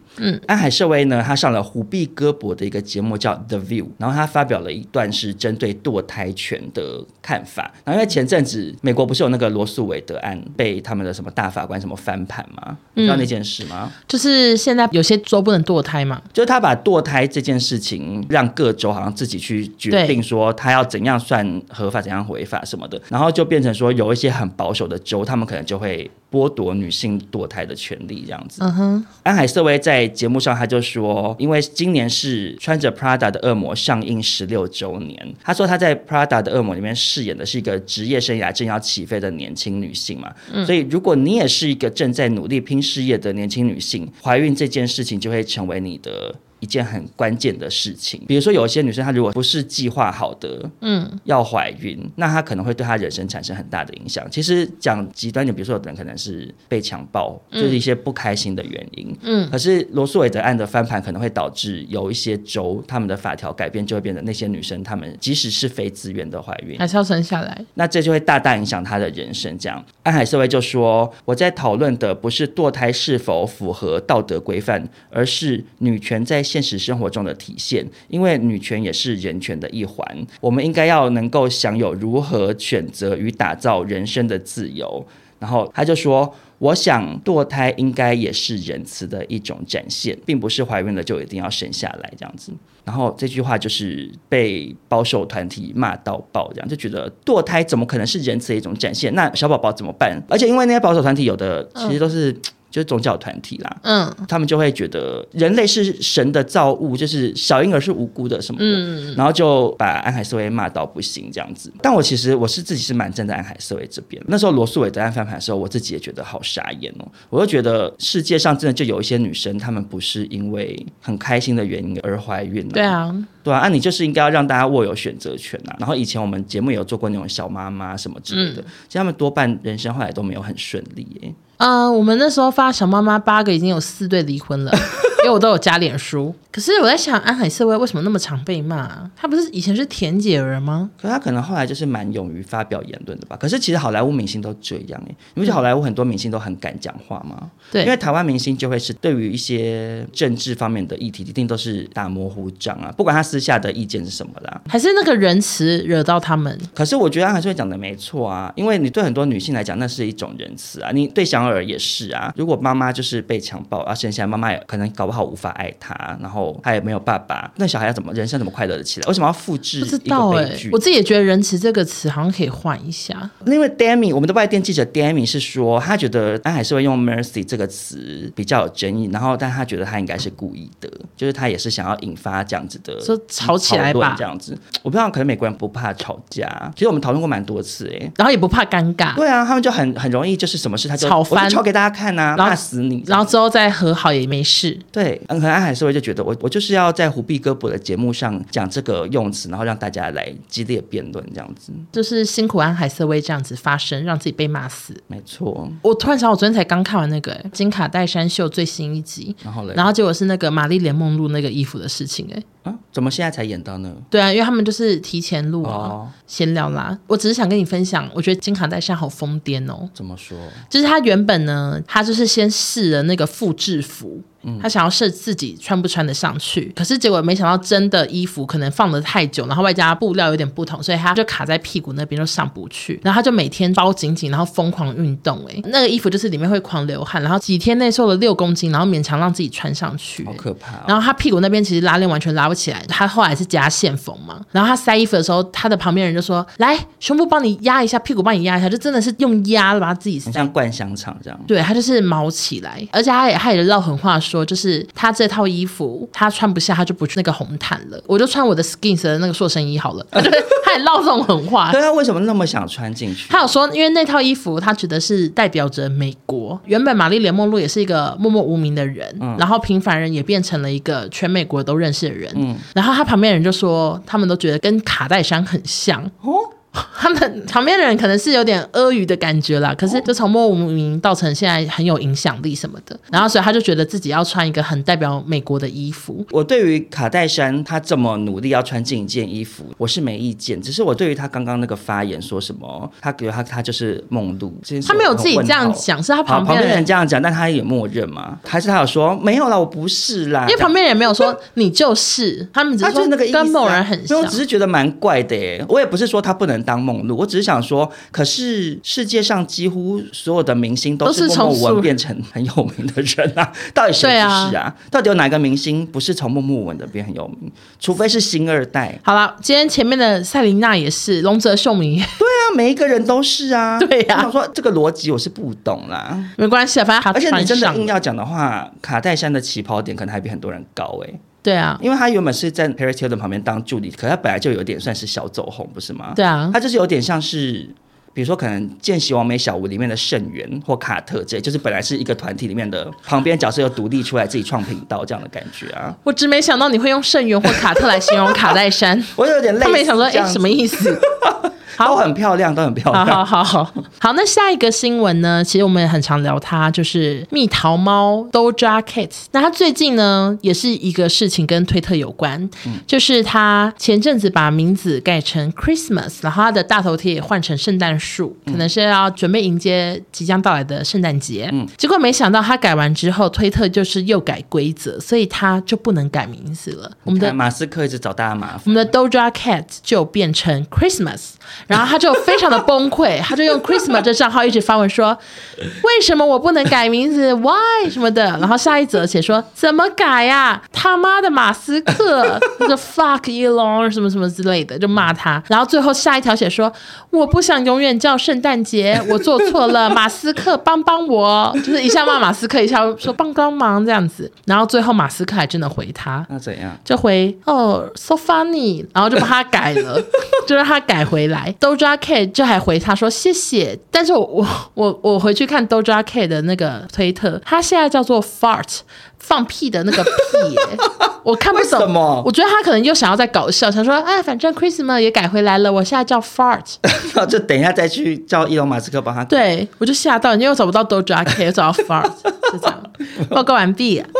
Speaker 3: 安海瑟薇呢，她上了虎碧戈博的一个节目叫《The View》，然后她发表了一段是针对堕胎权的看法。然后因为前阵子美国不是有那个罗素韦德案被他们的什么大法官什么翻盘吗？你知道那件事吗？
Speaker 1: 就是现在有些州不能堕胎嘛，
Speaker 3: 就是他把堕胎这件事情让各州好像自己去决定，说他要怎样算合法、怎样违法什么的，然后就变成说有一些很保守的州，他们可能就会剥夺女性堕胎的权利这样子。
Speaker 1: 嗯哼，
Speaker 3: 安海瑟薇在节目上，她就说，因为今年是穿着 Prada 的恶魔上映十六周年，她说她在 Prada 的恶魔里面饰演的是一个职业生涯正要起飞的年轻女性嘛，所以如果你也是一个正在努力拼事业的年轻女性，怀孕这件事情就会成为你的。一件很关键的事情，比如说有一些女生，她如果不是计划好的，
Speaker 1: 嗯，
Speaker 3: 要怀孕，那她可能会对她人生产生很大的影响。其实讲极端点，比如说有的人可能是被强暴，就是一些不开心的原因。嗯，可是罗素韦德案的翻盘可能会导致有一些州他们的法条改变，就会变成那些女生她们即使是非自愿的怀孕，
Speaker 1: 还是要生下来。
Speaker 3: 那这就会大大影响她的人生。这样，安海瑟薇就说：“我在讨论的不是堕胎是否符合道德规范，而是女权在现实生活中的体现。因为女权也是人权的一环，我们应该要能够享有如何选择与打造人生的自由。”然后他就说：“我想堕胎应该也是仁慈的一种展现，并不是怀孕了就一定要生下来这样子。”然后这句话就是被保守团体骂到爆，这样就觉得堕胎怎么可能是仁慈的一种展现？那小宝宝怎么办？而且因为那些保守团体有的其实都是。就是宗教团体啦，
Speaker 1: 嗯，
Speaker 3: 他们就会觉得人类是神的造物，就是小婴儿是无辜的什么的，
Speaker 1: 嗯
Speaker 3: 然后就把安海瑟薇骂到不行这样子。但我其实我是自己是蛮站在安海瑟薇这边。那时候罗素伟在案翻盘的时候，我自己也觉得好傻眼哦，我就觉得世界上真的就有一些女生，她们不是因为很开心的原因而怀孕、
Speaker 1: 对，啊，
Speaker 3: 对啊，那、你就是应该要让大家握有选择权啊。然后以前我们节目也有做过那种小妈妈什么之类的，其实他们多半人生后来都没有很顺利耶、
Speaker 1: 嗯、我们那时候发小妈妈八个，已经有四对离婚 了，因为我都有加脸书。可是我在想，安海瑟薇为什么那么常被骂、啊？她不是以前是田姐儿吗？
Speaker 3: 可他可能后来就是蛮勇于发表言论的吧。可是其实好莱坞明星都这样哎、你不觉得好莱坞很多明星都很敢讲话吗？
Speaker 1: 嗯对
Speaker 3: 因为台湾明星就会是对于一些政治方面的议题，一定都是打模糊仗啊，不管他私下的意见是什么啦。
Speaker 1: 还是那个仁慈惹到他们？
Speaker 3: 可是我觉得安海瑟薇讲的没错啊，因为你对很多女性来讲，那是一种仁慈啊。你对小尔也是啊，如果妈妈就是被强暴，啊，生下来妈妈也可能搞不好无法爱她，然后她也没有爸爸，那小孩要怎么人生怎么快乐的起来？为什么要复制
Speaker 1: 不知
Speaker 3: 一
Speaker 1: 道
Speaker 3: 个
Speaker 1: 哎、
Speaker 3: 悲剧？
Speaker 1: 我自己也觉得“仁慈”这个词好像可以换一下。
Speaker 3: 因为 Demi，我们的外电记者 Demi 是说，他觉得安海是会用 mercy 这个词比较有争议，然后但他觉得他应该是故意的，就是他也是想要引发这样子的
Speaker 1: 说吵起来吧
Speaker 3: 讨论这样子。我不知道，可能美国人不怕吵架，其实我们讨论过蛮多次诶、
Speaker 1: 然后也不怕尴尬，
Speaker 3: 对啊，他们就很很容易，就是什么事他就
Speaker 1: 吵
Speaker 3: 我就
Speaker 1: 翻
Speaker 3: 吵给大家看啊，
Speaker 1: 然后
Speaker 3: 骂死你。
Speaker 1: 然后之后再和好也没事。
Speaker 3: 对，嗯，可能安海社会就觉得我我就是要在胡碧哥博的节目上讲这个用词，然后让大家来激烈辩论这样子。
Speaker 1: 就是辛苦安海瑟薇这样子发声，让自己被骂死。
Speaker 3: 没错，
Speaker 1: 我突然想，我昨天才刚看完那个、欸《金卡戴珊秀》最新一集，
Speaker 3: 然后嘞，
Speaker 1: 然后结果是那个玛丽莲梦露那个衣服的事情、欸，
Speaker 3: 啊，怎么现在才演到呢？
Speaker 1: 对啊，因为他们就是提前录啊
Speaker 3: 哦，
Speaker 1: 闲、聊啦。我只是想跟你分享，我觉得金卡戴珊好疯癫哦，
Speaker 3: 怎么说？
Speaker 1: 就是他原本呢，他就是先试了那个复制服，
Speaker 3: 嗯
Speaker 1: 他想要试自己穿不穿得上去，可是结果没想到真的衣服可能放得太久，然后外加布料有点不同，所以他就卡在屁股那边就上不去，然后他就每天包紧紧，然后疯狂运动、欸，那个衣服就是里面会狂流汗，然后几天内瘦了六公斤，然后勉强让自己穿上去、
Speaker 3: 好可怕、哦！
Speaker 1: 然后他屁股那边其实拉链完全拉不起来，他后来是加线缝嘛。然后他塞衣服的时候，他的旁边人就说：“来，胸部帮你压一下，屁股帮你压一下。”就真的是用压了把他自己
Speaker 3: 很
Speaker 1: 塞。
Speaker 3: 像灌香肠这样。
Speaker 1: 对他就是毛起来，而且他也他也撂狠话说，就是他这套衣服他穿不下，他就不去那个红毯了，我就穿我的 Skins 的那个塑身衣好了。 他就他也唠这种狠话
Speaker 3: 可，啊是他为什么那么想穿进去？
Speaker 1: 他有说，因为那套衣服他觉得是代表着美国。原本玛丽莲梦露也是一个默默无名的人，然后平凡人也变成了一个全美国都认识的人。然后他旁边人就说，他们都觉得跟卡戴珊很像。
Speaker 3: 哦，
Speaker 1: 他们旁边的人可能是有点阿谀的感觉啦，可是就从默默无名到成现在很有影响力什么的，然后所以他就觉得自己要穿一个很代表美国的衣服。
Speaker 3: 我对于卡戴珊她这么努力要穿进一件衣服，我是没意见。只是我对于她刚刚那个发言说什么，她觉得她她就是梦露，这件事
Speaker 1: 他没有自己
Speaker 3: 我很
Speaker 1: 这样
Speaker 3: 问号。
Speaker 1: 讲，是他
Speaker 3: 好，
Speaker 1: 旁
Speaker 3: 旁
Speaker 1: 边的
Speaker 3: 边人
Speaker 1: 人，
Speaker 3: 这样讲，但她也默认嘛？还是她有说没有啦，我不是啦？
Speaker 1: 因为旁边人没有说你就是，他们只
Speaker 3: 他
Speaker 1: 是
Speaker 3: 就
Speaker 1: 说
Speaker 3: 是那个意思啊
Speaker 1: 跟某人很
Speaker 3: 所
Speaker 1: 像
Speaker 3: 以我。只是觉得蛮怪的耶。我也不是说他不能当梦露，我只是想说，可是世界上几乎所有的明星都
Speaker 1: 都
Speaker 3: 是
Speaker 1: 是
Speaker 3: 默
Speaker 1: 从
Speaker 3: 默无
Speaker 1: 素
Speaker 3: 闻变成很有名的人啊， 到底谁不
Speaker 1: 对
Speaker 3: 是
Speaker 1: 啊
Speaker 3: 啊？到底有哪个明星不是从默默无闻的变很有名？除非是星二代，
Speaker 1: 好了，今天前面的赛琳娜也是，龙泽秀明
Speaker 3: 那啊每一个人都是啊。
Speaker 1: 对啊
Speaker 3: 我想说这个逻辑我是不懂啦。
Speaker 1: 没关系啊，反正他
Speaker 3: 而且你
Speaker 1: 穿
Speaker 3: 真的
Speaker 1: 上
Speaker 3: 硬
Speaker 1: 了。
Speaker 3: 要讲的话，卡戴珊的起跑点可能还比很多人高哎，
Speaker 1: 对啊，
Speaker 3: 因为她原本是在 Paris Hilton 旁边当助理，可她本来就有点算是小走红，不是吗？
Speaker 1: 对啊，
Speaker 3: 它就是有点像是，比如说可能《见习完美小屋》里面的圣元或卡特这，就是本来是一个团体里面的，旁边角色又独立出来自己创频道这样的感觉啊。
Speaker 1: 我只没想到你会用圣元或卡特来形容卡戴 珊，
Speaker 3: 我有点累，
Speaker 1: 他们也想说，哎、什么意 思？
Speaker 3: 都
Speaker 1: 好，
Speaker 3: 很漂亮，都很漂
Speaker 1: 好
Speaker 3: 亮。
Speaker 1: 好好好好，那下一个新闻呢？其实我们也很常聊它，就是蜜桃猫 Doja Cat。那它最近呢，也是一个事情跟推特有关，就是它前阵子把名字改成 Christmas，然后它的大头贴也换成圣诞树，可能是要准备迎接即将到来的圣诞节。结果没想到它改完之后，推特就是又改规则，所以它就不能改名字了。我们的
Speaker 3: 看马斯克一直找大家麻烦，
Speaker 1: 我们的 Doja Cat 就变成 Christmas，然后他就非常的崩溃，他就用 Christmas 这账号一直发文说，为什么我不能改名字？Why 什么的？然后下一则写说怎么改呀、他妈的马斯克，那个 fuck Elon 什么什么之类的，就骂他。然后最后下一条写说我不想永远叫圣诞节，我做错了，马斯克帮帮我，就是一下骂马斯克，一下说帮帮忙这样子。然后最后马斯克还真的回他，
Speaker 3: 那怎 样？
Speaker 1: 就回哦，so funny，然后就把他改了，就让他改回来。Doja Cat 就还回他说谢谢，但是我我我我回去看 Doja Cat 的那个推特，他现在叫做 fart。放屁的那个屁、耶我看不
Speaker 3: 为
Speaker 1: 懂。
Speaker 3: 什么
Speaker 1: 我觉得他可能又想要再搞笑，想说，哎，反正 Christmas 也改回来了，我现在叫 fart。
Speaker 3: 然后就等一下再去叫伊隆马斯克帮他。
Speaker 1: 对我就吓到，因为我找不到 Doja Cat，又找到 fart，就这样。报告完毕、啊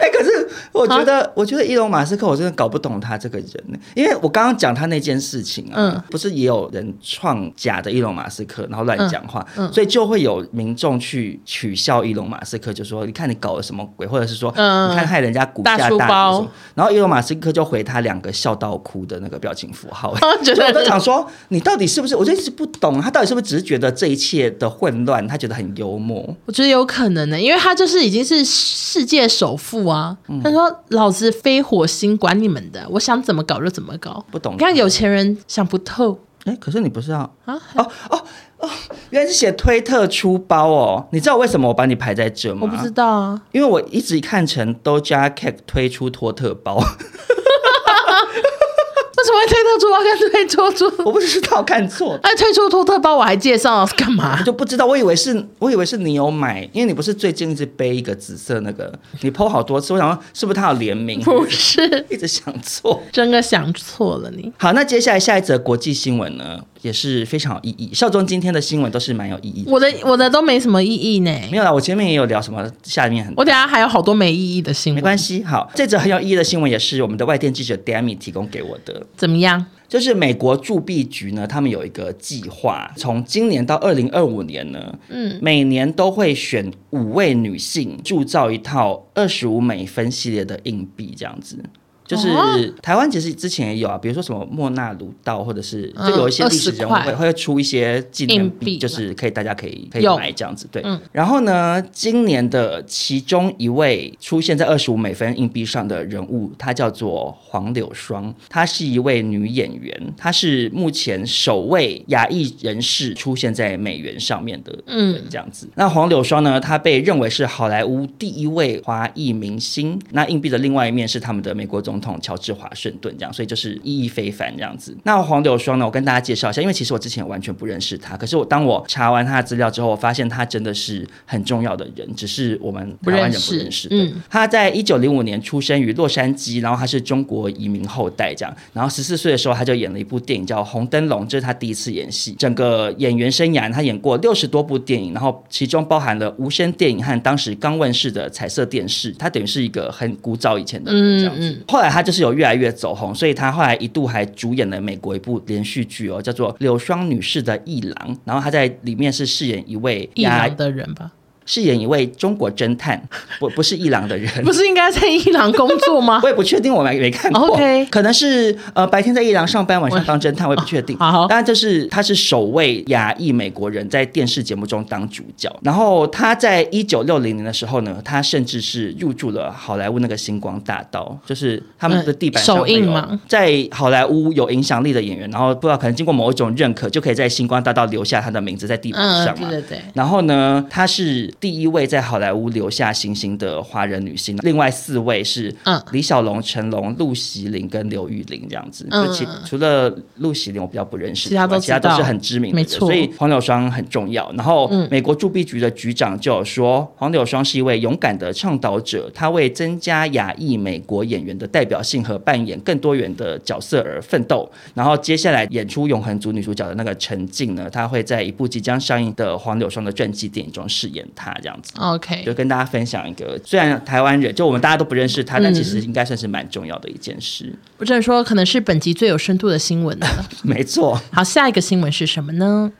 Speaker 3: 哎、可是我觉得，我觉得伊隆马斯克，我真的搞不懂他这个人呢，因为我刚刚讲他那件事情啊，
Speaker 1: 嗯
Speaker 3: 不是也有人创假的伊隆马斯克，然后乱讲话，
Speaker 1: 嗯嗯
Speaker 3: 所以就会有民众去取笑伊隆马斯克，就说你看你搞了什么鬼，或者是说、
Speaker 1: 嗯
Speaker 3: 你看害人家股价
Speaker 1: 大
Speaker 3: 大
Speaker 1: 书
Speaker 3: 跌
Speaker 1: 包
Speaker 3: 什么然后伊隆马斯克就回他两个笑到哭的那个表情符 号，
Speaker 1: 我觉得
Speaker 3: 所以我就想说你到底是不是，我就一直不懂他到底是不是只是觉得这一切的混乱，他觉得很幽默。
Speaker 1: 我觉得有可能呢、因为他就是已经是世界首富啊。
Speaker 3: 嗯
Speaker 1: 他说：“老子飞火星，管你们的，我想怎么搞就怎么搞。”
Speaker 3: 不懂
Speaker 1: 你看有钱人想不透
Speaker 3: 哎，可是你不是要
Speaker 1: 啊。
Speaker 3: 哦哦哦，原来是写推特出包哦。你知道为什么我把你排在这吗？
Speaker 1: 我不知，道啊，
Speaker 3: 因为我一直看成 Doja Cat 推出托特包，
Speaker 1: 为什么会推特猪包跟推托猪？
Speaker 3: 我不知道看错。
Speaker 1: 哎，推出托特包我还介绍干嘛
Speaker 3: 我？就不知道，我以为是，我以为是你有买，因为你不是最近一直背一个紫色那个，你 PO 好多次，我想说是不是它有联名，
Speaker 1: 不是，
Speaker 3: 一直想错。
Speaker 1: 真的想错了你。
Speaker 3: 好，那接下来下一则国际新闻呢，也是非常有意义。少中今天的新闻都是蛮有意义的，
Speaker 1: 我的我的都没什么意义呢。
Speaker 3: 没有啦，我前面也有聊什么，下面很
Speaker 1: 我等一下还有好多没意义的新
Speaker 3: 没
Speaker 1: 闻，
Speaker 3: 关系，好，这则很有意义的新闻也是我们的外电记者 Dami 提供给我的。
Speaker 1: 怎么样？
Speaker 3: 就是美国铸币局呢，他们有一个计划，从今年到二零二五年呢，嗯，每年都会选五位女性铸造一套二十五美分系列的硬币，这样子。就是、
Speaker 1: 哦
Speaker 3: 台湾其实之前也有啊，比如说什么莫纳鲁道，或者是
Speaker 1: 嗯
Speaker 3: 就有一些历史人物
Speaker 1: 20
Speaker 3: 会
Speaker 1: 块
Speaker 3: 会出一些纪念
Speaker 1: 硬币
Speaker 3: 币，就是可以大家可以可以
Speaker 1: 有
Speaker 3: 买这样子对。
Speaker 1: 嗯
Speaker 3: 然后呢，今年的其中一位出现在二十五美分硬币上的人物，她叫做黄柳霜，她是一位女演员，她是目前首位亚裔人士出现在美元上面的人
Speaker 1: 嗯
Speaker 3: 这样子。那黄柳霜呢，她被认为是好莱坞第一位华裔明星。那硬币的另外一面是他们的美国总统乔治华盛顿这样，所以就是意义非凡这样子。那黄柳霜呢，我跟大家介绍一下，因为其实我之前完全不认识她，可是我当我查完她的资料之后，我发现她真的是很重要的人，只是我们台湾人不认识。
Speaker 1: 不认识
Speaker 3: 对
Speaker 1: 嗯
Speaker 3: 她在一九零五年出生于洛杉矶，然后她是中国移民后代这样。然后十四岁的时候，她就演了一部电影叫《红灯笼》，这是她第一次演戏。整个演员生涯，她演过六十多部电影，然后其中包含了无声电影和当时刚问世的彩色电视。她等于是一个很古早以前的人这样子。
Speaker 1: 嗯嗯
Speaker 3: 后来她就是有越来越走红，所以她后来一度还主演了美国一部连续剧哦，叫做《柳霜女士的一郎》，然后她在里面是饰演一位
Speaker 1: 伊
Speaker 3: 亚
Speaker 1: 朗的人吧，
Speaker 3: 饰演一位中国侦探，不不是伊朗的人，
Speaker 1: 不是应该在伊朗工作吗 哦
Speaker 3: 我？也不确定，我没没看过。
Speaker 1: OK
Speaker 3: 可能是呃白天在伊朗上班，晚上当侦探，我也不确定。
Speaker 1: 啊好
Speaker 3: 当然就是他是首位亚裔美国人在电视节目中当主角。然后他在一九六零年的时候呢，他甚至是入住了好莱坞那个星光大道，就是他们的地板上
Speaker 1: 嗯首映
Speaker 3: 会有
Speaker 1: 嘛
Speaker 3: 在好莱坞有影响力的演员，然后不知道可能经过某一种认可，就可以在星光大道留下他的名字在地板
Speaker 1: 嗯，
Speaker 3: 上
Speaker 1: 对
Speaker 3: 嘛。
Speaker 1: 对对，
Speaker 3: 然后呢，她是第一位在好莱坞留下星星的华人女星，另外四位是
Speaker 1: 嗯
Speaker 3: 李小龙、成龙、陆席琳跟刘玉玲这样子。
Speaker 1: 嗯
Speaker 3: 就其
Speaker 1: 嗯嗯
Speaker 3: 除了陆席琳我比较不认识之
Speaker 1: 其
Speaker 3: 外，
Speaker 1: 他都
Speaker 3: 其他
Speaker 1: 知道
Speaker 3: 都是很知名的
Speaker 1: 没
Speaker 3: 人，
Speaker 1: 错
Speaker 3: 所以黄柳霜很重要。然后
Speaker 1: 嗯
Speaker 3: 美国铸币局的局长就有说，黄柳霜是一位勇敢的倡导者，她为增加亚裔美国演员的代表性和扮演更多元的角色而奋斗。然后接下来演出永恒族女主角的那个陈静呢，她会在一部即将上映的黄柳霜的传记电影中饰演她这样子。就
Speaker 1: OK，
Speaker 3: 跟大家分享一个，虽然台湾人就我们大家都不认识她，但
Speaker 1: 嗯
Speaker 3: 其实应该算是蛮重要的一件事。
Speaker 1: 我只能说 可能是本集最有深度的新闻了。
Speaker 3: 没错，
Speaker 1: 好，下一个新闻是什么呢？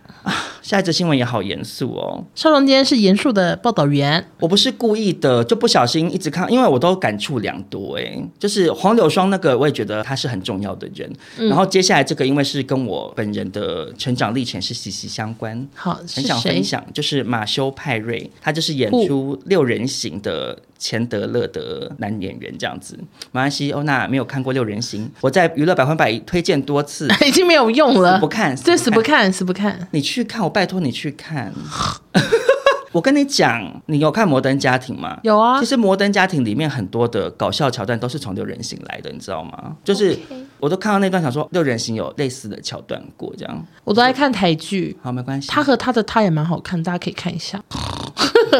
Speaker 3: 下一则新闻也好严肃哦。
Speaker 1: 少龙今天是严肃的报道员，
Speaker 3: 我不是故意的，就不小心一直看，因为我都感触良多哎、就是黄柳霜那个，我也觉得他是很重要的人。
Speaker 1: 嗯
Speaker 3: 然后接下来这个，因为是跟我本人的成长历程是息息相关，
Speaker 1: 好
Speaker 3: 很
Speaker 1: 是
Speaker 3: 想
Speaker 1: 谁
Speaker 3: 分？享，就是马修派瑞，他就是演
Speaker 1: 哦
Speaker 3: 出《六人行》的钱德勒的男演员这样子。马来西欧娜没有看过《六人行》，我在娱乐百分百推荐多次，
Speaker 1: 已经没有用了
Speaker 3: 死不，看，
Speaker 1: 对，死不看，死不看。
Speaker 3: 你去看，我拜托你去看。 我跟你讲，你有看《摩登家庭》吗？
Speaker 1: 有啊
Speaker 3: 其实《摩登家庭》里面很多的搞笑桥段都是从《六人行》来的，你知道吗？就是我都看到那段，想说《六人行》有类似的桥段过，这样
Speaker 1: 我都爱看台剧，
Speaker 3: 好没关系。
Speaker 1: 他和他的他也蛮好看，大家可以看一下。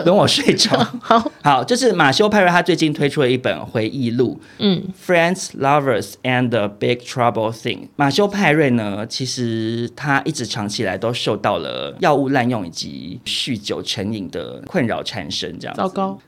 Speaker 3: 等我睡着。
Speaker 1: 好，
Speaker 3: 好，就是马修·派瑞他最近推出了一本回忆录，
Speaker 1: 嗯，
Speaker 3: Friends, Lovers and the Big Trouble Thing。马修派瑞呢，其实他一直长期以来都受到了药物滥用以及酗酒成瘾的困扰缠身，这样子
Speaker 1: 糟。糕，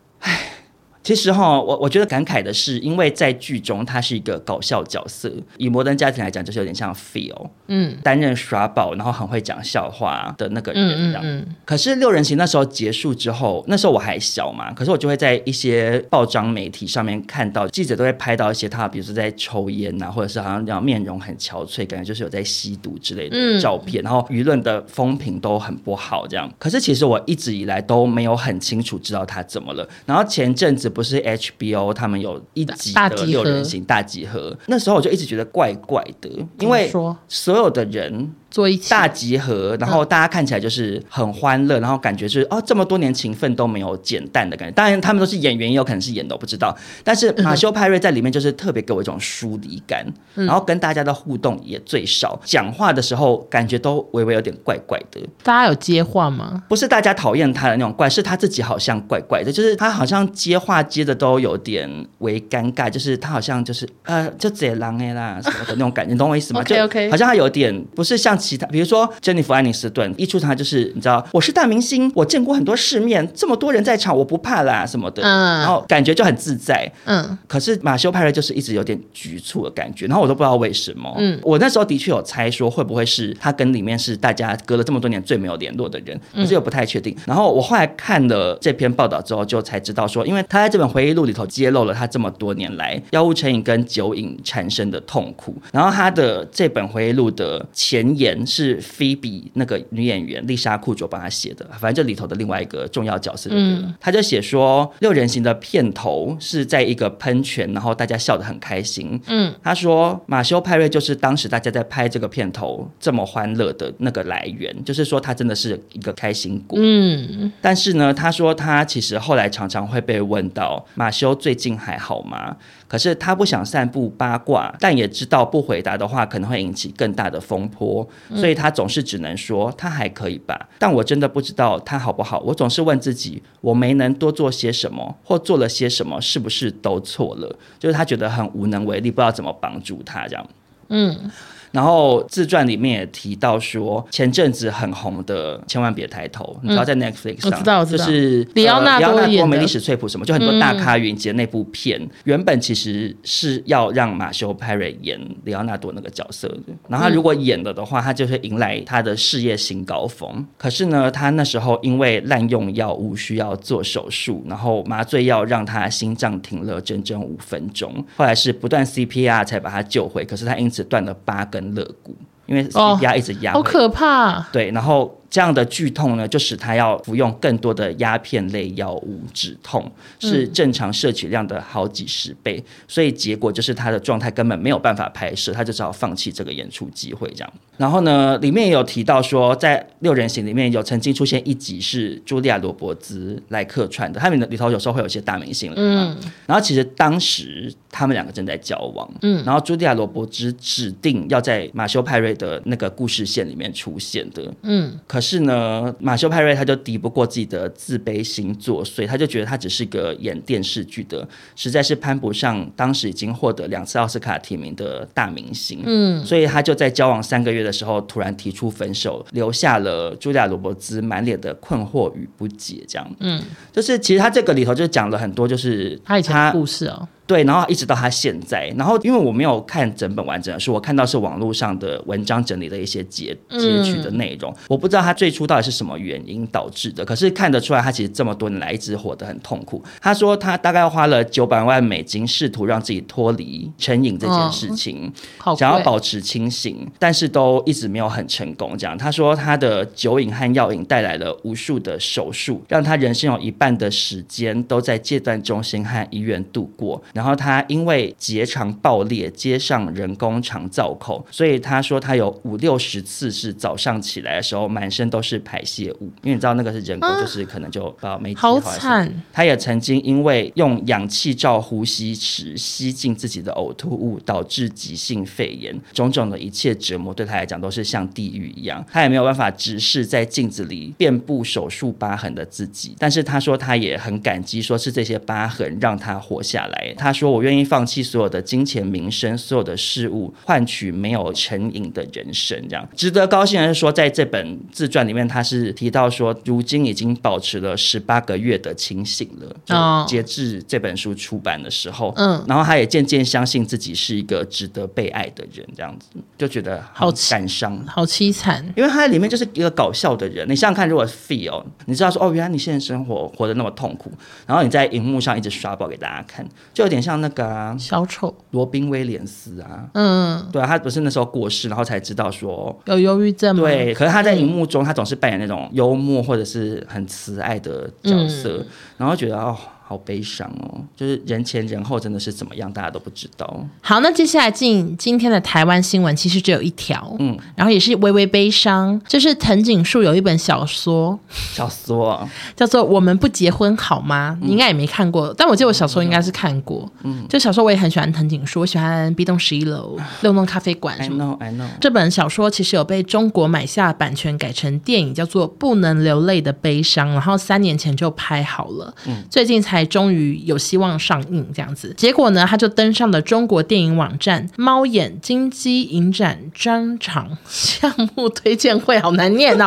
Speaker 3: 其实哈，我我觉得感慨的是，因为在剧中他是一个搞笑角色，以摩登家庭来讲，就是有点像 Phil
Speaker 1: 嗯
Speaker 3: 担任耍宝，然后很会讲笑话的那个人
Speaker 1: 嗯
Speaker 3: 这
Speaker 1: 嗯
Speaker 3: 样。
Speaker 1: 嗯，
Speaker 3: 可是六人行那时候结束之后，那时候我还小嘛，可是我就会在一些报章媒体上面看到记者都会拍到一些他，比如说在抽烟呐、或者是好像那种面容很憔悴，感觉就是有在吸毒之类的
Speaker 1: 嗯
Speaker 3: 照片，然后舆论的风评都很不好这样。可是其实我一直以来都没有很清楚知道他怎么了。然后前阵子不是 HBO 他们有一集
Speaker 1: 大
Speaker 3: 的
Speaker 1: 集
Speaker 3: 六人
Speaker 1: 合
Speaker 3: 行大集合，那时候我就一直觉得怪怪的，因
Speaker 1: 怎
Speaker 3: 为
Speaker 1: 么说
Speaker 3: 所有的人
Speaker 1: 做一起
Speaker 3: 大集合，然后大家看起来就是很欢乐，然后感觉就是哦，这么多年情分都没有减淡的感觉。当然，他们都是演员，也有可能是演的，我不知道。但
Speaker 1: 嗯
Speaker 3: 是马修派瑞在里面就是特别给我一种疏离感，然后跟大家的互动也最少，讲话的时候感觉都微微有点怪怪的。
Speaker 1: 大家有接话吗？
Speaker 3: 不是大家讨厌他的那种怪，是他自己好像怪怪的，就是他好像接话接的都有点为尴尬，就是他好像就是呃，就这狼哎啦什么的那种感觉，你懂我意思吗
Speaker 1: OK，OK
Speaker 3: 就好像他有点不是像其他，比如说珍妮弗·安妮斯顿一出场就是你知道我是大明星，我见过很多世面，这么多人在场我不怕啦什么的，
Speaker 1: 嗯
Speaker 3: 然后感觉就很自在，
Speaker 1: 嗯，
Speaker 3: 可是马修派瑞就是一直有点局促的感觉，然后我都不知道为什么。嗯
Speaker 1: 嗯，
Speaker 3: 我那时候的确有猜说会不会是他跟里面是大家隔了这么多年最没有联络的人，可是又不太确定。然后我后来看了这篇报道之后，就才知道说，因为他在这本回忆录里头揭露了他这么多年来药物成瘾跟酒瘾产生的痛苦。然后他的这本回忆录的前言是菲比那个女演员丽莎库卓帮他写的，反正这里头的另外一个重要角色就对了。他就写说，六人行的片头是在一个喷泉，然后大家笑得很开心。
Speaker 1: 嗯，
Speaker 3: 他说马修派瑞就是当时大家在拍这个片头这么欢乐的那个来源，就是说他真的是一个开心果。
Speaker 1: 嗯，
Speaker 3: 但是呢，他说他其实后来常常会被问到马修最近还好吗？可是他不想散布八卦，但也知道不回答的话可能会引起更大的风波，所以他总是只能说他还可以吧。但我真的不知道他好不好，我总是问自己，我没能多做些什么，或做了些什么，是不是都错了？就是他觉得很无能为力，不知道怎么帮助他这样。
Speaker 1: 嗯
Speaker 3: 然后自传里面也提到说，前阵子很红的《千万别抬头》，你知道在 Netflix
Speaker 1: 嗯我
Speaker 3: 上，
Speaker 1: 知道我知
Speaker 3: 就
Speaker 1: 道
Speaker 3: 是
Speaker 1: 里奥纳
Speaker 3: 呃
Speaker 1: 多
Speaker 3: 里奥纳多、
Speaker 1: 演的
Speaker 3: 梅丽史翠普什么，就很多大咖云集的那部片，原本其实是要让马修派瑞演里奥纳多那个角色的，然后他如果演了的话，他就会迎来他的事业新高峰。可是呢，他那时候因为滥用药物需要做手术，然后麻醉药让他心脏停了整整五分钟，后来是不断 CPR 才把他救回，可是他因此断了八根肋骨。因为
Speaker 1: 哦
Speaker 3: CPR 一直压、
Speaker 1: 好可怕，
Speaker 3: 对，然后这样的剧痛呢，就使他要服用更多的鸦片类药物止痛，是正常摄取量的好几十倍，所以结果就是他的状态根本没有办法拍摄，他就只好放弃这个演出机会这样。然后呢，里面也有提到说，在《六人行》里面有曾经出现一集是茱莉亚·罗伯兹来客串的，他们里头有时候会有一些大明星来嘛
Speaker 1: 嗯
Speaker 3: 然后其实当时他们两个正在交往，嗯，然后茱莉亚·罗伯兹指定要在马修·派瑞的那个故事线里面出现的，
Speaker 1: 嗯，
Speaker 3: 可是呢，马修·派瑞他就敌不过自己的自卑心作祟，他就觉得他只是个演电视剧的，实在是攀不上当时已经获得两次奥斯卡提名的大明星，嗯，所以他就在交往三个月的时候突然提出分手，留下了茱莉亚·罗伯兹满脸的困惑与不解，这样，嗯，就是其实他这个里头就讲了很多，就是
Speaker 1: 他以前的故事哦，
Speaker 3: 对，然后一直到他现在，然后因为我没有看整本完整的书，我看到是网络上的文章整理的一些截截取的内容，我不知道他最初到底是什么原因导致的，可是看得出来他其实这么多年来一直活得很痛苦。他说他大概花了九百万美金试图让自己脱离成瘾这件事情，
Speaker 1: 好贵，
Speaker 3: 想要保持清醒，但是都一直没有很成功。这样，他说他的酒瘾和药瘾带来了无数的手术，让他人生有一半的时间都在戒断中心和医院度过。然后他因为结肠爆裂接上人工肠造口，所以他说他有五六十次是早上起来的时候满身都是排泄物，因为你知道那个是人工，就是可能就把没挤
Speaker 1: 好
Speaker 3: 还是
Speaker 1: 惨，
Speaker 3: 他也曾经因为用氧气罩呼吸时吸进自己的呕吐物，导致急性肺炎。种种的一切折磨对他来讲都是像地狱一样，他也没有办法直视在镜子里遍布手术疤痕的自己。但是他说他也很感激，说是这些疤痕让他活下来。他说我愿意放弃所有的金钱、名声、所有的事物，换取没有成瘾的人生。这样值得高兴的是说，在这本自传里面，他是提到说，如今已经保持了十八个月的清醒了。
Speaker 1: 哦
Speaker 3: 就截至这本书出版的时候，
Speaker 1: 嗯
Speaker 3: 然后他也渐渐相信自己是一个值得被爱的人，这样子就觉得
Speaker 1: 好
Speaker 3: 好
Speaker 1: 奇
Speaker 3: 感伤。
Speaker 1: 好凄惨，
Speaker 3: 因为他在里面就是一个搞笑的人，你想想看，如果 feel，你知道说哦，原来你现在生活活得那么痛苦，然后你在荧幕上一直刷爆给大家看，就有点像那个啊
Speaker 1: 小丑，
Speaker 3: 罗、宾威廉斯啊，
Speaker 1: 嗯，
Speaker 3: 对啊，他不是那时候过世，然后才知道说
Speaker 1: 有忧郁症吗？
Speaker 3: 对，可是他在荧幕中，他总是扮演那种幽默或者是很慈爱的角色，
Speaker 1: 嗯
Speaker 3: 然后觉得哦，好悲伤哦，就是人前人后真的是怎么样，大家都不知道。
Speaker 1: 好，那接下来进今天的台湾新闻，其实只有一条，嗯，然后也是微微悲伤，就是藤井树有一本小说
Speaker 3: 笑死我！
Speaker 1: 叫做《我们不结婚好吗》，你应该也没看过，但我记得我小时候应该是看过，嗯，就小时候我也很喜欢藤井树，我喜欢 B 栋十一楼、六弄咖啡馆
Speaker 3: I
Speaker 1: 什么的。
Speaker 3: know, I know。
Speaker 1: 这本小说其实有被中国买下版权改成电影，叫做《不能流泪的悲伤》，然后三年前就拍好了，最近才终于有希望上映这样子。结果呢，他就登上了中国电影网站猫眼金鸡影展专场项目推荐会，好难念哦，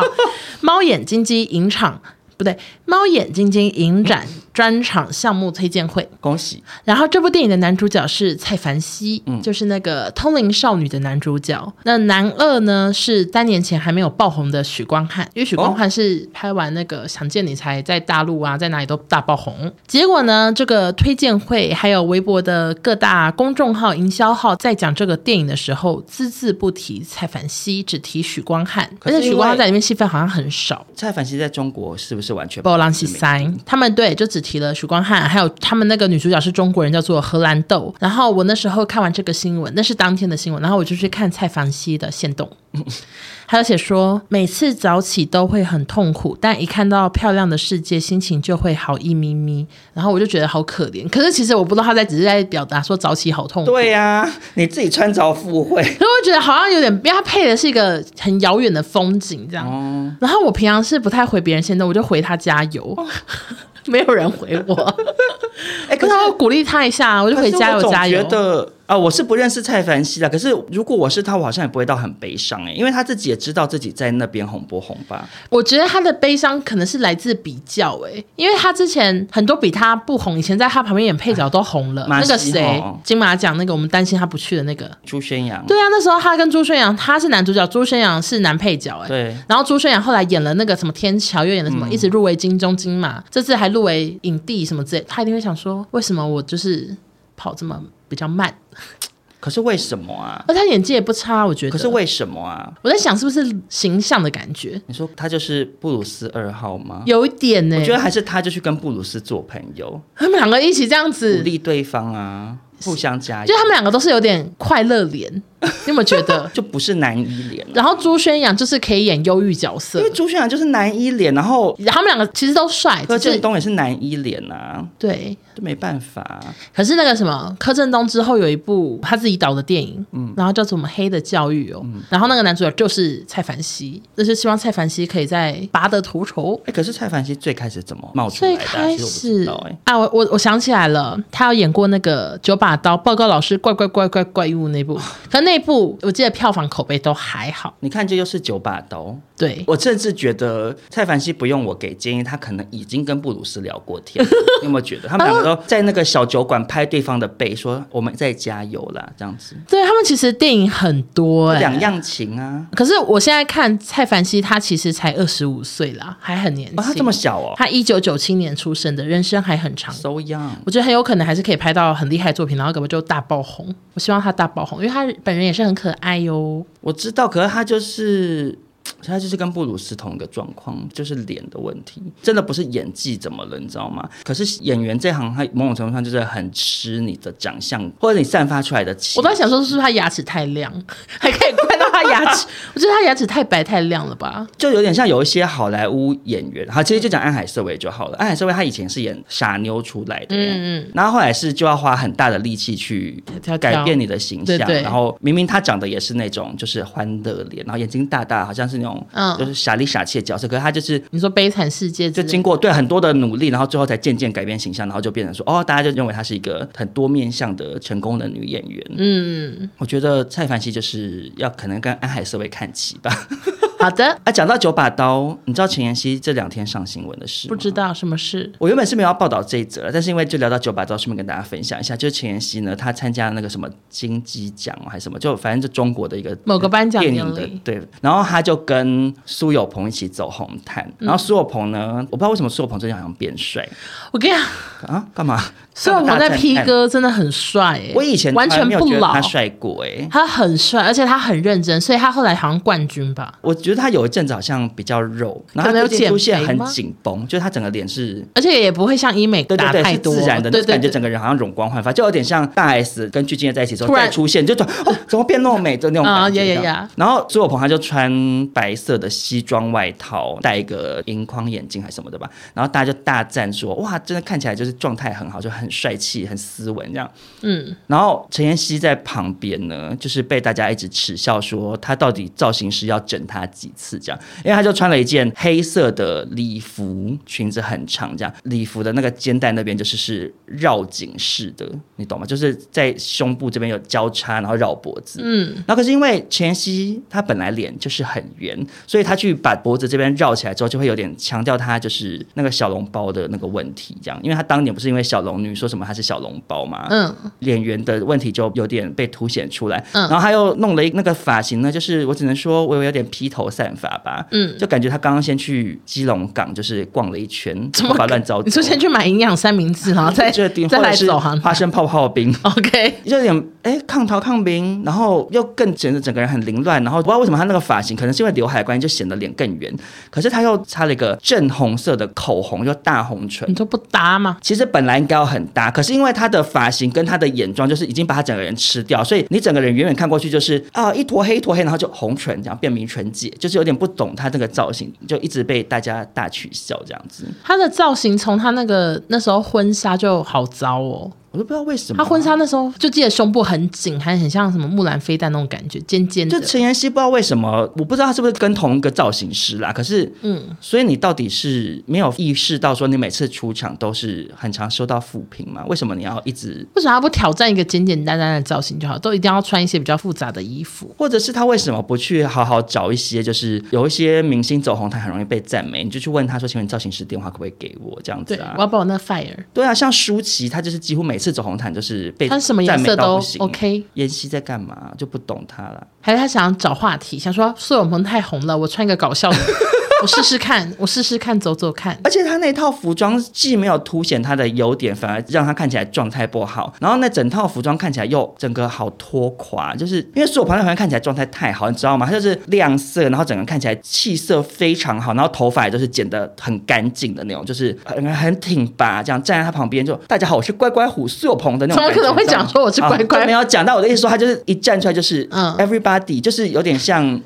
Speaker 1: 猫眼金鸡影场。不对，猫眼金鸡影展专场项目推荐会，
Speaker 3: 恭喜！
Speaker 1: 然后这部电影的男主角是蔡凡熙，就是那个《通灵少女》的男主角。那男二呢是三年前还没有爆红的许光汉，因为许光汉是拍完那个《想见你》才在大陆啊，在哪里都大爆红。结果呢，这个推荐会还有微博的各大公众号、营销号在讲这个电影的时候，只字不提蔡凡熙，只提许光汉，
Speaker 3: 可
Speaker 1: 而
Speaker 3: 是因
Speaker 1: 且
Speaker 3: 为
Speaker 1: 许光汉在里面戏份好像很少。
Speaker 3: 蔡凡熙在中国是不是完全
Speaker 1: 波浪西
Speaker 3: 知名
Speaker 1: 塞，他们对就只提了许光汉，还有他们那个女主角是中国人，叫做荷兰豆。然后我那时候看完这个新闻，那是当天的新闻，然后我就去看蔡凡熙的线 动，他有写说每次早起都会很痛苦，但一看到漂亮的世界，心情就会好一咪咪。然后我就觉得好可怜，可是其实我不知道他在只是在表达说早起好 痛苦。
Speaker 3: 对呀、你自己穿着 赴会。
Speaker 1: 可是我觉得好像有点，因为他配的是一个很遥远的风景这样。
Speaker 3: 哦
Speaker 1: 然后我平常是不太回别人现动，我就回他加油， 没有人回 我。
Speaker 3: 哎、可
Speaker 1: 可
Speaker 3: 是
Speaker 1: 是我鼓励他一下，我就
Speaker 3: 可
Speaker 1: 回
Speaker 3: 是
Speaker 1: 加
Speaker 3: 我
Speaker 1: 油
Speaker 3: 总
Speaker 1: 加油
Speaker 3: 觉。得啊，我是不认识蔡凡熙的，可是如果我是他，我好像也不会到很悲伤哎、因为他自己也知道自己在那边红不红吧。
Speaker 1: 我觉得他的悲伤可能是来自比较、欸，因为他之前很多比他不红，以前在他旁边演配角都红了，
Speaker 3: 马哦
Speaker 1: 那个
Speaker 3: 西
Speaker 1: 谁
Speaker 3: 红
Speaker 1: 金马奖那个我们担心他不去的那个。
Speaker 3: 朱宣阳，
Speaker 1: 对啊，那时候他跟朱宣阳，他是男主角，朱宣阳是男配角、欸，
Speaker 3: 对
Speaker 1: 然后朱宣阳后来演了那个什么天桥，又演了什
Speaker 3: 嗯
Speaker 1: 么，一直入围金钟金马，这次还入围影帝什么之类，他一定会想说，为什么我就是跑这么比较慢？
Speaker 3: 可是为什么啊？
Speaker 1: 而他演技也不差，我觉得。
Speaker 3: 可是为什么啊？
Speaker 1: 我在想，是不是形象的感觉？
Speaker 3: 你说他就是布鲁斯二号吗？
Speaker 1: 有一点呢、
Speaker 3: 我觉得还是他就去跟布鲁斯做朋友，
Speaker 1: 他们两个一起这样
Speaker 3: 鼓
Speaker 1: 子，
Speaker 3: 励对方啊，互相加
Speaker 1: 就
Speaker 3: 油
Speaker 1: 他，们两个都是有点快乐脸， 你有没有觉得？
Speaker 3: 就不是男一脸了。
Speaker 1: 然后朱宣阳就是可以演忧郁角色
Speaker 3: 因为，朱轩阳就是男一脸，然后
Speaker 1: 然后他们两个其实都帅，
Speaker 3: 柯
Speaker 1: 只
Speaker 3: 震
Speaker 1: 是
Speaker 3: 东也是男一脸啊，
Speaker 1: 对。
Speaker 3: 这没办法啊、
Speaker 1: 可是那个什么柯震东之后有一部他自己导的电影，
Speaker 3: 嗯
Speaker 1: 然后叫做什么《黑的教育》哦，然后那个男主角就是蔡凡熙，就是希望蔡凡熙可以再拔得头筹。
Speaker 3: 哎，可是蔡凡熙最开始怎么冒出来
Speaker 1: 最
Speaker 3: 的啊？
Speaker 1: 开
Speaker 3: 其实我不知
Speaker 1: 始
Speaker 3: 道哎。
Speaker 1: 啊，我我我想起来了，他有演过那个《九把刀》，报告老师怪怪怪怪
Speaker 3: 哦
Speaker 1: 怪物那部，可那部我记得票房口碑都还好。
Speaker 3: 你看，这又是九把刀，
Speaker 1: 对，
Speaker 3: 我甚至觉得蔡凡熙不用我给建议，他可能已经跟布鲁斯聊过天了。你有没有觉得他们两个都在那个小酒馆拍对方的背，说我们在加油啦，这样子。
Speaker 1: 对他们其实电影很多、欸，
Speaker 3: 两样情啊，
Speaker 1: 可是我现在看蔡凡熙，他其实才二十五岁啦，还很年轻。
Speaker 3: 哦，他这么小哦
Speaker 1: 他一九九七年出生的，人生还很长。
Speaker 3: ，so young。
Speaker 1: 我觉得很有可能还是可以拍到很厉害的作品，然后根本就大爆红。我希望他大爆红，因为他本人也是很可爱哟。
Speaker 3: 我知道，可是他就是。他就是跟布鲁斯同一个状况，就是脸的问题，真的不是演技怎么了，你知道吗？可是演员这行，他某种程度上就是很吃你的长相，或者你散发出来的气
Speaker 1: 我。都在想说，是不是他牙齿太亮，还可以看到他牙 齿？我觉得他牙齿太白太亮了吧？
Speaker 3: 就有点像有一些好莱坞演员，好，其实就讲安海瑟薇就好了。安海瑟薇她以前是演傻妞出来的，嗯
Speaker 1: 啊
Speaker 3: 嗯，然后后来是就要花很大的力气去
Speaker 1: 跳跳
Speaker 3: 改变你的形象，
Speaker 1: 对对
Speaker 3: 然后明明她长得也是那种就是欢乐脸，然后眼睛大大，好像是那种
Speaker 1: 嗯
Speaker 3: 就是傻里傻气的角色，可是她就是
Speaker 1: 你说《悲惨世界》
Speaker 3: 就
Speaker 1: 之类
Speaker 3: 经过对很多的努力，然后最后才渐渐改变形象，然后就变成说哦，大家就认为她是一个很多面向的成功的女演员。
Speaker 1: 嗯，
Speaker 3: 我觉得蔡凡熙就是要可能跟安海瑟薇看齐吧。
Speaker 1: 好的，
Speaker 3: 啊，讲到九把刀，你知道陈妍希这两天上新闻的事吗
Speaker 1: 不知。道什么事。
Speaker 3: 我原本是没有要报道这一则，但是因为就聊到九把刀，顺便跟大家分享一下，就是陈妍希呢，她参加那个什么金鸡奖啊还是什么，就反正就中国的一个
Speaker 1: 某个颁奖
Speaker 3: 电
Speaker 1: 典
Speaker 3: 影的
Speaker 1: 礼，
Speaker 3: 对，然后她就跟苏有朋一起走红毯，
Speaker 1: 嗯
Speaker 3: 然后苏有朋呢，我不知道为什么苏有朋最近好像变帅
Speaker 1: 我跟你讲，
Speaker 3: 啊，干嘛？
Speaker 1: 虽然我
Speaker 3: 大
Speaker 1: 在
Speaker 3: 赞
Speaker 1: P
Speaker 3: 叹，
Speaker 1: 哥真的很帅、欸，
Speaker 3: 我以前
Speaker 1: 完
Speaker 3: 从来
Speaker 1: 全
Speaker 3: 没有
Speaker 1: 不
Speaker 3: 觉得
Speaker 1: 老
Speaker 3: 他，帅过哎、欸
Speaker 1: 他很帅，而且他很认真，所以他后来好像冠军吧。
Speaker 3: 我觉得他有一阵子好像比较肉，然后
Speaker 1: 可能
Speaker 3: 他
Speaker 1: 有
Speaker 3: 最近出现
Speaker 1: 减肥
Speaker 3: 很
Speaker 1: 吗
Speaker 3: 紧绷，就是他整个脸是
Speaker 1: 而且也不会像医美
Speaker 3: 对
Speaker 1: 打
Speaker 3: 对对，
Speaker 1: 太
Speaker 3: 是
Speaker 1: 多，
Speaker 3: 自然的，
Speaker 1: 对对
Speaker 3: 感觉
Speaker 1: 对
Speaker 3: 整个人好像容光焕发，就有点像大 S 跟具俊晔在一起之后
Speaker 1: 突然
Speaker 3: 再出现，就突然哦，怎么变那么美的那种
Speaker 1: 啊
Speaker 3: 感觉。
Speaker 1: 呀呀
Speaker 3: 这样
Speaker 1: 呀
Speaker 3: 然后苏有朋他就穿白色的西装外套，戴一个银框眼镜还是什么的吧，然后大家就大赞说哇，真的看起来就是状态很好，就很帅气、很斯文这样。
Speaker 1: 嗯，
Speaker 3: 然后陈妍希在旁边呢，就是被大家一直耻笑说她到底造型师要整她几次这样，因为她就穿了一件黑色的礼服，裙子很长这样，礼服的那个肩带那边就是是绕颈式的，你懂吗？就是在胸部这边有交叉，然后绕脖子。
Speaker 1: 嗯，
Speaker 3: 然后可是因为陈妍希她本来脸就是很圆，所以她去把脖子这边绕起来之后，就会有点强调她就是那个小笼包的那个问题这样，因为她当年不是因为小龙女说什么她是小笼包嘛，
Speaker 1: 嗯，
Speaker 3: 脸圆的问题就有点被凸显出来。
Speaker 1: 嗯
Speaker 3: 然后他又弄了一那个发型呢，就是我只能说我有点披头散发吧。
Speaker 1: 嗯
Speaker 3: 就感觉他刚刚先去基隆港，就是逛了一圈，头发乱糟糟。
Speaker 1: 你说先去买营养三明治， 然后再
Speaker 3: 这地
Speaker 1: 再
Speaker 3: 或者
Speaker 1: 来
Speaker 3: 是
Speaker 1: 走行
Speaker 3: 花生泡泡冰。
Speaker 1: ，OK，
Speaker 3: 就有点哎抗逃抗冰，然后又更显得整个人很凌乱，然后不知道为什么他那个发型，可能是因为刘海的关系，就显得脸更圆。可是他又擦了一个正红色的口红，就大红唇
Speaker 1: 你，都不搭吗？
Speaker 3: 其实本来应该要很搭，可是因为他的发型跟他的眼妆，就是已经把他整个人吃掉，所以你整个人远远看过去就是啊一坨黑一坨黑，然后就红唇这样变明唇姐，就是有点不懂他这个造型，就一直被大家大取笑这样子。
Speaker 1: 他的造型从他那个那时候婚纱就好糟哦，
Speaker 3: 我都不知道为什么啊
Speaker 1: 他婚纱那时候就记得胸部很紧，还很像什么木兰飞弹那种感觉，尖尖的
Speaker 3: 就。陈妍希不知道为什么，我不知道她是不是跟同一个造型师啦。可是，嗯，所以你到底是没有意识到说你每次出场都是很常收到负评吗？为什么你要一直
Speaker 1: 为什么他不挑战一个简简单单的造型就好？都一定要穿一些比较复杂的衣服？
Speaker 3: 或者是他为什么不去好好找一些，就是有一些明星走红，他很容易被赞美，你就去问他说：“请问你造型师电话可不可以给我？”这样子
Speaker 1: 对，
Speaker 3: 啊
Speaker 1: 我。要把我那 fire
Speaker 3: 对啊，像舒淇，她就是几乎每次走红毯就是被
Speaker 1: 穿什么
Speaker 3: 赞
Speaker 1: 颜
Speaker 3: 美
Speaker 1: 色
Speaker 3: 到
Speaker 1: 都
Speaker 3: 不行
Speaker 1: OK。
Speaker 3: 妍希在干嘛？就不懂她了。
Speaker 1: 还是他想找话题，想说苏有朋太红了，我穿一个搞笑的，我试试看，我试试看，走走看。
Speaker 3: 而且她那套服装既没有凸显她的优点，反而让她看起来状态不好。然后那整套服装看起来又整个好拖垮，就是因为所有朋友好像看起来状态太好，你知道吗？她就是亮色，然后整个人看起来气色非常好，然后头发也就是剪得很干净的那种，就是很很挺拔，这样站在她旁边就大家好，我是乖乖虎苏有朋的那
Speaker 1: 怎
Speaker 3: 种
Speaker 1: 么
Speaker 3: 感觉。
Speaker 1: 可能会
Speaker 3: 你知道吗
Speaker 1: 讲说我是乖乖
Speaker 3: 啊没有讲到我的意思说，她就是一站出来就是
Speaker 1: 嗯
Speaker 3: everybody，就是有点像。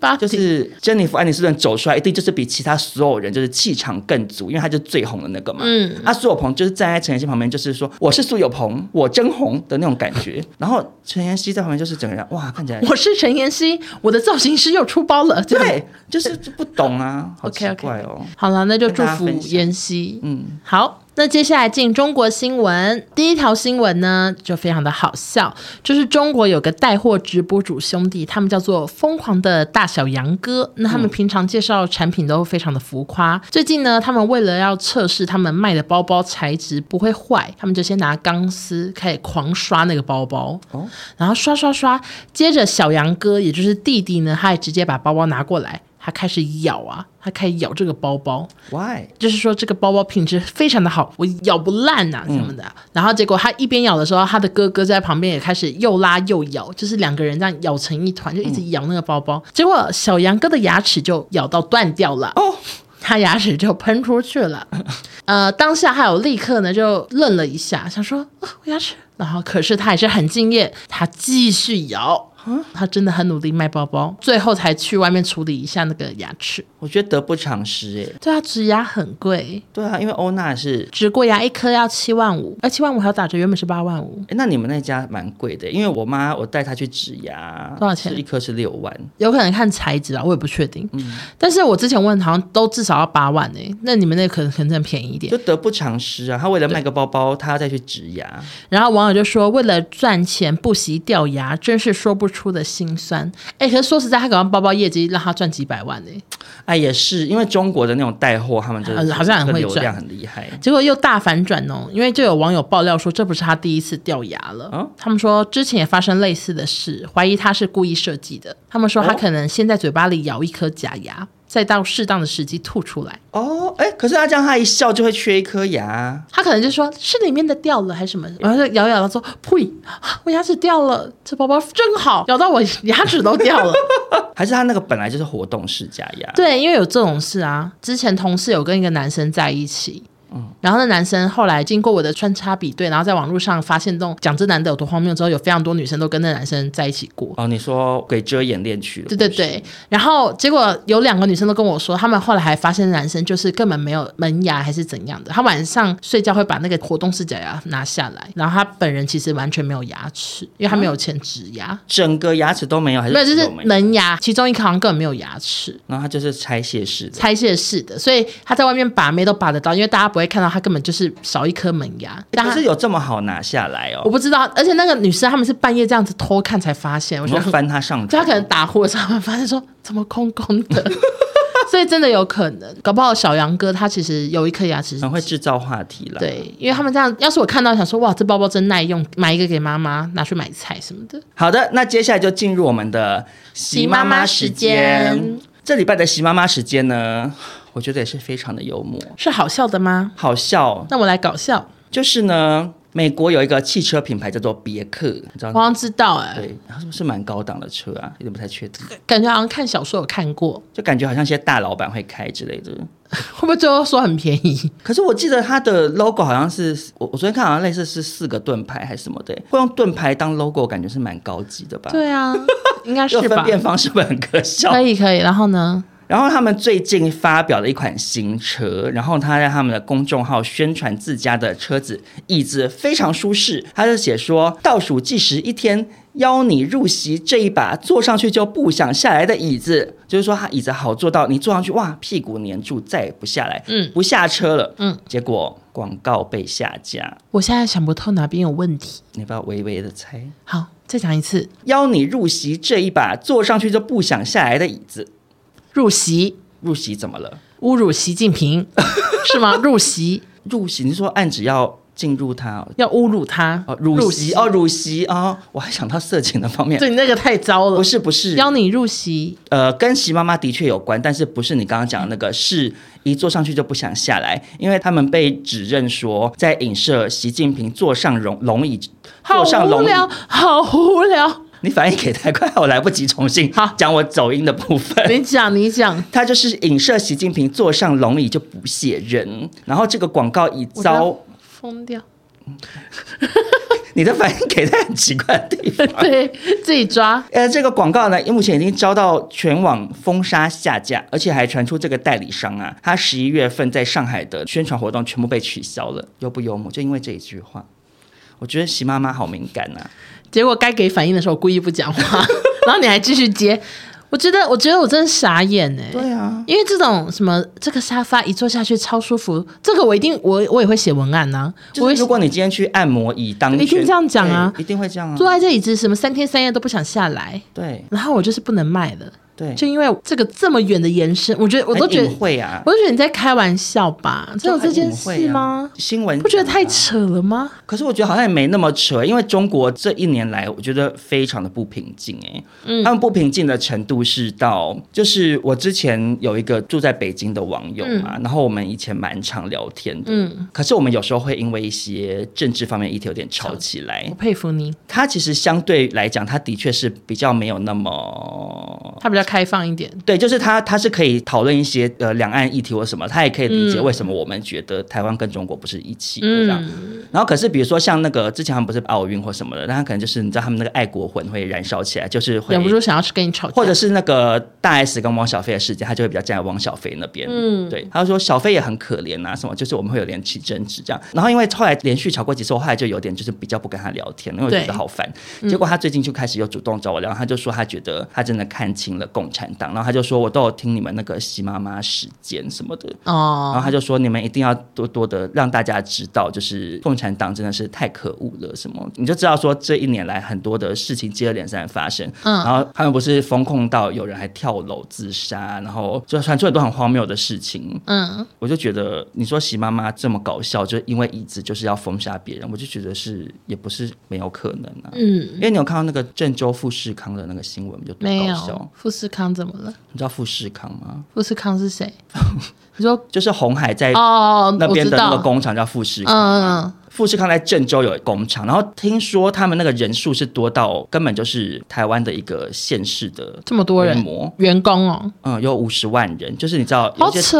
Speaker 1: 八
Speaker 3: 就是珍妮弗·安妮斯顿走出来，一定就是比其他所有人就是气场更足，因为她就是最红的那个嘛。
Speaker 1: 嗯，
Speaker 3: 啊，苏有朋就是站在陈妍希旁边，就是说我是苏有朋，我真红的那种感 觉。然后陈妍希在旁边就是整个人哇，看起来
Speaker 1: 我是陈妍希，我的造型师又出包了。这样
Speaker 3: 对，就是就不懂啊，好 奇
Speaker 1: OK，OK
Speaker 3: 怪哦。
Speaker 1: 好了，那就祝福
Speaker 3: 跟大家分享
Speaker 1: 妍希。
Speaker 3: 嗯，
Speaker 1: 好，那接下来进中国新闻，第一条新闻呢就非常的好笑，就是中国有个带货直播主兄弟，他们叫做“疯狂的大小杨哥”。那他
Speaker 3: 嗯
Speaker 1: 们平常介绍产品都非常的浮夸，最近呢，他们为了要测试他们卖的包包材质不会坏，他们就先拿钢丝开始狂刷那个包包，然后刷刷刷，接着小杨哥也就是弟弟呢，他也直接把包包拿过来。他开始咬啊，他开始咬这个包包，
Speaker 3: Why？
Speaker 1: 就是说这个包包品质非常的好，我咬不烂呐、什么的。然后结果他一边咬的时候，他的哥哥在旁边也开始又拉又咬，就是两个人这样咬成一团，就一直咬那个包包。结果小杨哥的牙齿就咬到断掉了。
Speaker 3: 哦，
Speaker 1: 他牙齿就喷出去了， 呃，当下还有立刻呢就愣了一下，想说、哦、我牙齿，然后可是他还是很敬业，他继续咬，他真的很努力卖包包，最后才去外面处理一下那个牙齿。
Speaker 3: 我觉得得不偿失哎。
Speaker 1: 对啊，植牙很贵，
Speaker 3: 对啊，因为欧娜是。
Speaker 1: 植过牙一颗要七万五，而七万五还要打折，原本是八万五，
Speaker 3: 诶欸那你们那家蛮贵的，因为我妈我带她去植牙，
Speaker 1: 多少钱
Speaker 3: 是一颗是六万，
Speaker 1: 有可能看材质啊，我也不确定。但是我之前问好像都至少要八万呢、那你们那可能可能真的便宜一点
Speaker 3: 就。得不偿失啊。她为了卖个包包，她要再去植牙，
Speaker 1: 然后网友就说：“为了赚钱不惜掉牙，真是说不出的心酸。”哎，可是说实在，他搞完包包业绩让他赚几百万呢、欸
Speaker 3: 哎，也是因为中国的那种带货，他们真的是
Speaker 1: 好像很会
Speaker 3: 这个流
Speaker 1: 赚
Speaker 3: 量很厉害。
Speaker 1: 结果又大反转哦，因为就有网友爆料说，这不是他第一次掉牙了。
Speaker 3: 哦
Speaker 1: 他们说之前也发生类似的事，怀疑他是故意设计的。他们说他
Speaker 3: 哦
Speaker 1: 可能先在嘴巴里咬一颗假牙，再到适当的时机吐出来。
Speaker 3: 哦，哎，可是她这样，她一笑就会缺一颗牙，
Speaker 1: 他可能就说是里面的掉了还是什么，然后啊就咬咬了说，呸，我牙齿掉了，这包包真好，咬到我牙齿都掉了。
Speaker 3: 还是她那个本来就是活动式假牙？
Speaker 1: 对，因为有这种事啊。之前同事有跟一个男生在一起，
Speaker 3: 嗯
Speaker 1: 然后那男生后来经过我的穿插比对，然后在网络上发现这种讲这男的有多荒谬之后，有非常多女生都跟那男生在一起过。
Speaker 3: 哦，你说鬼遮眼恋曲？
Speaker 1: 对对，对，然后结果有两个女生都跟我说，她们后来还发现男生就是根本没有门牙还是怎样的，他晚上睡觉会把那个活动式假牙拿下来，然后他本人其实完全没有牙齿，因为他没有钱植牙，
Speaker 3: 整个牙齿都没有，啊还是
Speaker 1: 没有就
Speaker 3: 只
Speaker 1: 是
Speaker 3: 有门
Speaker 1: 门牙，其中一颗好像根本没有牙齿。
Speaker 3: 然后它就是拆卸式的。
Speaker 1: 拆卸式的，所以他在外面把妹都把得到，因为大家不会看到他根本就是少一颗门牙。但
Speaker 3: 可
Speaker 1: 他
Speaker 3: 是有这么好拿下来
Speaker 1: 我
Speaker 3: 哦？
Speaker 1: 不知道，而且那个女生他们是半夜这样子偷看才发现，我
Speaker 3: 我
Speaker 1: 觉得
Speaker 3: 们
Speaker 1: 很，
Speaker 3: 翻它上
Speaker 1: 就
Speaker 3: 床，
Speaker 1: 他可能打呼的时候，他们发现说怎么空空 的，所以真的有可能，搞不好小杨哥他其实有一颗牙齿是
Speaker 3: 很会制造话题啦。，
Speaker 1: 对，因为他们这样，要是我看到想说哇，这包包真耐用，买一个给妈妈拿去买菜什么的。
Speaker 3: 好的，那接下来就进入我们的习妈妈时
Speaker 1: 习妈妈时
Speaker 3: 间
Speaker 1: 间。
Speaker 3: 这礼拜的习妈妈时间呢，我觉得也是非常的幽默，
Speaker 1: 是好笑的吗？
Speaker 3: 好笑。哦
Speaker 1: 那我来搞笑，
Speaker 3: 就是呢，美国有一个汽车品牌叫做别克，你知道
Speaker 1: 我好
Speaker 3: 吗？
Speaker 1: 像知道哎、
Speaker 3: 对，它是不是蛮高档的车啊？有点不太确定，
Speaker 1: 感觉好像看小说有看过，
Speaker 3: 就感觉好像一些大老板会开之类的。
Speaker 1: 会不会最后说很便宜？
Speaker 3: 可是我记得它的 logo 好像是我我昨天看好像类似是四个盾牌还是什么的，会用盾牌当 logo，感觉是蛮高级的吧？，
Speaker 1: 对 啊，应该
Speaker 3: 这
Speaker 1: 是
Speaker 3: 个
Speaker 1: 吧
Speaker 3: 分。辨方式会很可笑
Speaker 1: 可。以可以，然后呢？
Speaker 3: 然后他们最近发表了一款新车，然后他在他们的公众号宣传自家的车子，椅子非常舒适。他就写说，倒数计时一天，邀你入席这一把坐上去就不想下来的椅子，就是说他椅子好坐到你坐上去，哇，屁股粘住，再也不下来，
Speaker 1: 嗯
Speaker 3: 不下车了，
Speaker 1: 嗯。
Speaker 3: 结果广告被下架，
Speaker 1: 我现在想不透哪边有问题。
Speaker 3: 你不要微微的猜，
Speaker 1: 好，再讲一次，
Speaker 3: 邀你入席这一把坐上去就不想下来的椅子，
Speaker 1: 入席
Speaker 3: 入席怎么了？
Speaker 1: 侮辱习近 平是吗？入席
Speaker 3: 入席，你是说按只要进入它哦
Speaker 1: 要侮辱他
Speaker 3: 哦，乳席哦，，乳席哦，我还想到色情的方面，
Speaker 1: 对你那个太糟了
Speaker 3: 不。是不是，
Speaker 1: 邀你入席，
Speaker 3: 呃，跟席妈妈的确有关，但是不是你刚刚讲的那个，是一坐上去就不想下来，因为他们被指认说在影射习近平坐上龙龙椅，
Speaker 1: 好
Speaker 3: 坐上
Speaker 1: 无
Speaker 3: 龙椅，
Speaker 1: 聊，好无聊。
Speaker 3: 你反应给太快，我来不及重新
Speaker 1: 好
Speaker 3: 讲我走音的部分。
Speaker 1: 你讲，你 讲，
Speaker 3: 他就是影射习近平坐上龙椅就不卸任，然后这个广告已
Speaker 1: 我知道
Speaker 3: 遭
Speaker 1: 疯掉。
Speaker 3: 你的反应给在很奇怪的地方。
Speaker 1: 对，自己抓。
Speaker 3: 呃，这个广告呢，目前已经遭到全网封杀下架，而且还传出这个代理商啊，他十一月份在上海的宣传活动全部被取消了，幽不幽默？就因为这一句话，我觉得席妈妈好敏感啊。
Speaker 1: 结果该给反应的时候，我故意不讲话，然后你还继续接。我觉得，我觉得我真的傻眼哎、
Speaker 3: 对啊，
Speaker 1: 因为这种什么，这个沙发一坐下去超舒服，这个我一定我我也会写文案呐、我
Speaker 3: 就
Speaker 1: 会
Speaker 3: 是如果你今天去按摩椅当
Speaker 1: 一定
Speaker 3: 选
Speaker 1: 这样讲啊
Speaker 3: 对一定会这样
Speaker 1: 坐
Speaker 3: 啊。
Speaker 1: 在这椅子什么三天三夜都不想下来，
Speaker 3: 对
Speaker 1: 然后我就是不能卖了，
Speaker 3: 对，
Speaker 1: 就因为这个这么远的延伸，我觉得我都觉得
Speaker 3: 很隐晦啊，
Speaker 1: 我就觉得你在开玩笑吧？这有
Speaker 3: 很
Speaker 1: 这件
Speaker 3: 隐晦
Speaker 1: 事
Speaker 3: 啊
Speaker 1: 吗？
Speaker 3: 新闻
Speaker 1: 不觉得
Speaker 3: 讲
Speaker 1: 太
Speaker 3: 啊
Speaker 1: 扯了吗？
Speaker 3: 可是我觉得好像也没那么扯，因为中国这一年来，我觉得非常的不平静哎、他们不平静的程度是到，就是我之前有一个住在北京的网友嘛，然后我们以前蛮常聊天的，
Speaker 1: 嗯
Speaker 3: 可是我们有时候会因为一些政治方面议题有点吵起来
Speaker 1: 我。佩服你，
Speaker 3: 他其实相对来讲，他的确是比较没有那么
Speaker 1: 他比较开放一点。
Speaker 3: 对，就是他他是可以讨论一些呃两岸议题或什么，他也可以
Speaker 1: 嗯
Speaker 3: 理解为什么我们觉得台湾跟中国不是一起的这样。然后可是比如说像那个之前他们不是奥运或什么的，那他可能就是你知道他们那个爱国魂会燃烧起来，就是会
Speaker 1: 忍不住想要去跟你吵架，
Speaker 3: 或者是那个大 S 跟汪小菲的事件，他就会比较站在汪小菲那边。嗯，对，他就说小菲也很可怜啊，什么就是我们会有点起争执这样。然后因为后来连续吵过几次，我后来就有点就是比较不跟他聊天，因为我觉
Speaker 1: 对
Speaker 3: 得好烦。结果他最近就开始又主动找我聊，他就说他觉得他真的看清了共产党，然后他就说我都有听你们那个习妈妈时间什么的。然后
Speaker 1: 哦，
Speaker 3: 他就说：“你们一定要多多的让大家知道，就是共产党真的是太可恶了，什么你就知道说这一年来很多的事情接二连三地发生，
Speaker 1: 嗯
Speaker 3: 然后他们不是风控到有人还跳楼自杀，然后就传出很多很荒谬的事情，
Speaker 1: 嗯，
Speaker 3: 我就觉得你说习妈妈这么搞笑，就因为椅子就是要封杀别人，我就觉得是也不是没有可能啊，
Speaker 1: 嗯，
Speaker 3: 因为你有看到那个郑州富士康的那个新闻，就多
Speaker 1: 没
Speaker 3: 搞
Speaker 1: 有
Speaker 3: 笑，。
Speaker 1: 富士康怎么了？
Speaker 3: 你知道富士康吗？
Speaker 1: 富士康是 谁？你说
Speaker 3: 就是红海在
Speaker 1: 哦，
Speaker 3: 那
Speaker 1: 我
Speaker 3: 边
Speaker 1: 知
Speaker 3: 的那个
Speaker 1: 道，
Speaker 3: 工厂叫富士
Speaker 1: 嗯
Speaker 3: 康嘛。
Speaker 1: 嗯
Speaker 3: 富士康在郑州有工厂，然后听说他们那个人数是多到根本就是台湾的一个县市的
Speaker 1: 这么多人
Speaker 3: 规模，
Speaker 1: 员工哦，
Speaker 3: 嗯，有五十万人，就是你知道，
Speaker 1: 好
Speaker 3: 有些
Speaker 1: 扯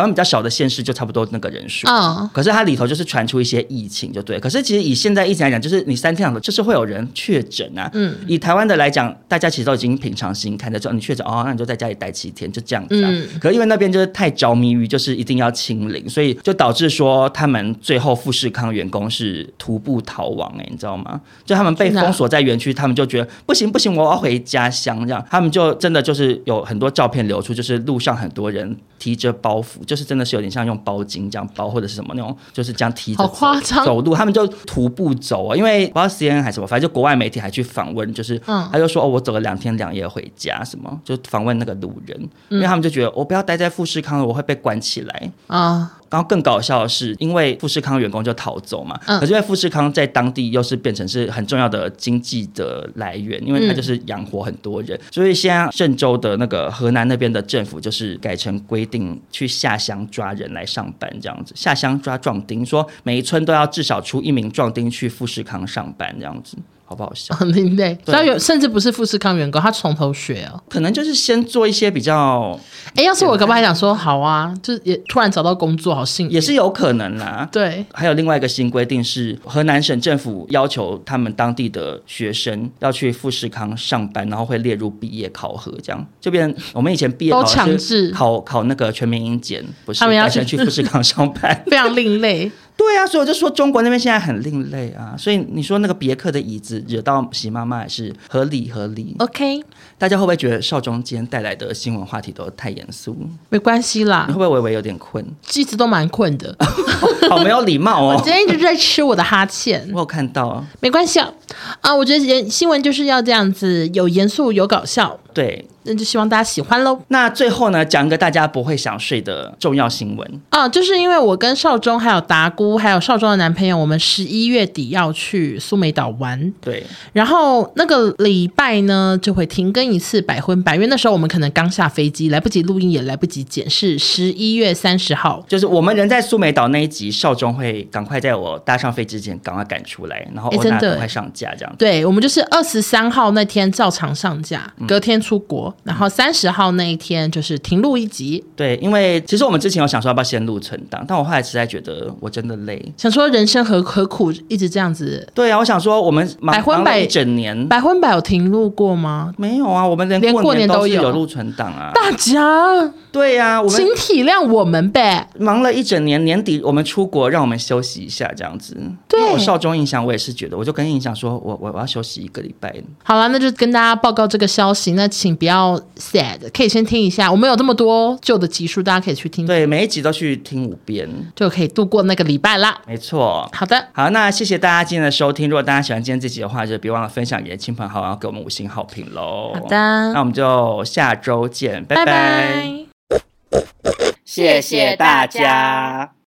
Speaker 1: 哦，
Speaker 3: 湾比较小的县市就差不多那个人数。
Speaker 1: 嗯，
Speaker 3: 可是它里头就是传出一些疫情，就对。可是其实以现在疫情来讲，就是你三天两头就是会有人确诊啊。嗯，以台湾的来讲，大家其实都已经平常心看待，说哦你确诊哦，那你就在家里待七天，就这样子啊。
Speaker 1: 嗯
Speaker 3: 可是因为那边就是太着迷于就是一定要清零，所以就导致说他们最后富士康员工是徒步逃亡、欸，你知道吗？就他们被
Speaker 1: 去哪
Speaker 3: 封锁在园区，他们就觉得不行不行，我要回家乡这样。他们就真的就是有很多照片流出，就是路上很多人提着包袱，就是真的是有点像用包巾这样包或者是什么那种，就是这样提着
Speaker 1: 好
Speaker 3: 走
Speaker 1: 夸张
Speaker 3: 走路，他们就徒步走啊。因为不知道 C N 还是什么，反正就国外媒体还去访问，就是、
Speaker 1: 嗯
Speaker 3: 他就说哦，我走了两天两夜回家，什么就访问那个路人，因为他们就觉得哦我不要待在富士康了，我会被关起来。
Speaker 1: 啊，
Speaker 3: 然后更搞笑的是，因为富士康员工就逃走嘛，
Speaker 1: 嗯
Speaker 3: 可是因为富士康在当地又是变成是很重要的经济的来源，因为它就是养活很多人，所以现在郑州的那个河南那边的政府就是改成规定去下乡抓人来上班这样子，下乡抓壮丁，说每一村都要至少出一名壮丁去富士康上班这样子，好不好笑？
Speaker 1: 很另类。他有甚至不是富士康员工，他从头学哦。
Speaker 3: 可能就是先做一些比较，
Speaker 1: 哎，要是我，搞不好还想说好啊，就是也突然找到工作，好幸运。
Speaker 3: 也是有可能啦。
Speaker 1: 对，
Speaker 3: 还有另外一个新规定是，河南省政府要求他们当地的学生要去富士康上班，然后会列入毕业考核，这样就变我们以前毕业考
Speaker 1: 都强制
Speaker 3: 是考考那个全民英检，不是
Speaker 1: 他们要去。
Speaker 3: 改成去富士康上班
Speaker 1: 非常另类。
Speaker 3: 对啊，所以我就说中国那边现在很另类啊，所以你说那个别克的椅子惹到喜妈妈也是合理合理。
Speaker 1: OK，
Speaker 3: 大家会不会觉得少中今天带来的新闻话题都太严 肃？
Speaker 1: 没关系啦
Speaker 3: 你会，不会微微有点困？
Speaker 1: 一直都蛮困的。
Speaker 3: 好没有礼貌
Speaker 1: 我
Speaker 3: 哦
Speaker 1: 今！天一直在吃我的哈欠
Speaker 3: 我。有看到，
Speaker 1: 没关系啊，啊，我觉得严新闻就是要这样子，有严肃有搞笑，
Speaker 3: 对，
Speaker 1: 那就希望大家喜欢喽。
Speaker 3: 那最后呢，讲一个大家不会想睡的重要新闻。
Speaker 1: 啊，就是因为我跟少中还有达姑还有少中的男朋友，我们十一月底要去苏梅岛玩，
Speaker 3: 对，
Speaker 1: 然后那个礼拜呢就会停更一次百分百，因为那时候我们可能刚下飞机，来不及录音也来不及剪，是十一月三十号。
Speaker 3: 就是我们人在苏梅岛那一集，少中会赶快在我搭上飞机之前赶快赶出来，然后
Speaker 1: 诶
Speaker 3: 欧娜
Speaker 1: 真的
Speaker 3: 赶快上架这样。
Speaker 1: 对，我们就是二十三号那天照常上架，
Speaker 3: 嗯
Speaker 1: 隔天出国，然后三十号那一天就是停录一集，
Speaker 3: 对，因为其实我们之前有想说要不要先录存档，但我后来实在觉得我真的累。
Speaker 1: 想说人生何何苦一直这样子？
Speaker 3: 对啊，我想说我们忙
Speaker 1: 百分
Speaker 3: 忙了
Speaker 1: 百
Speaker 3: 一整年，
Speaker 1: 百分百有停录过吗？
Speaker 3: 没有啊，我们连
Speaker 1: 连过
Speaker 3: 年
Speaker 1: 年都
Speaker 3: 是
Speaker 1: 有
Speaker 3: 有录存档啊。
Speaker 1: 大家
Speaker 3: 对呀、啊，我们
Speaker 1: 请体谅我们呗。
Speaker 3: 忙了一整年，年底我们出国，让我们休息一下这样子。
Speaker 1: 对
Speaker 3: 因为我少中印象，我也是觉得，我就跟印象说我我我要休息一个礼拜。
Speaker 1: 好了，那就跟大家报告这个消息。那请不要 sad，可以先听一下，我们有这么多旧的集数，大家可以去听，
Speaker 3: 对，每一集都去听五遍，
Speaker 1: 就可以度过那个礼拜啦。
Speaker 3: 没错。
Speaker 1: 好的，
Speaker 3: 好，那谢谢大家今天的收听。如果大家喜欢今天这集的话，就别忘了分享给亲朋好友，然后给我们五星好评喽。
Speaker 1: 好的
Speaker 3: 那我们就下周见，拜
Speaker 1: 拜拜
Speaker 3: 谢谢大家。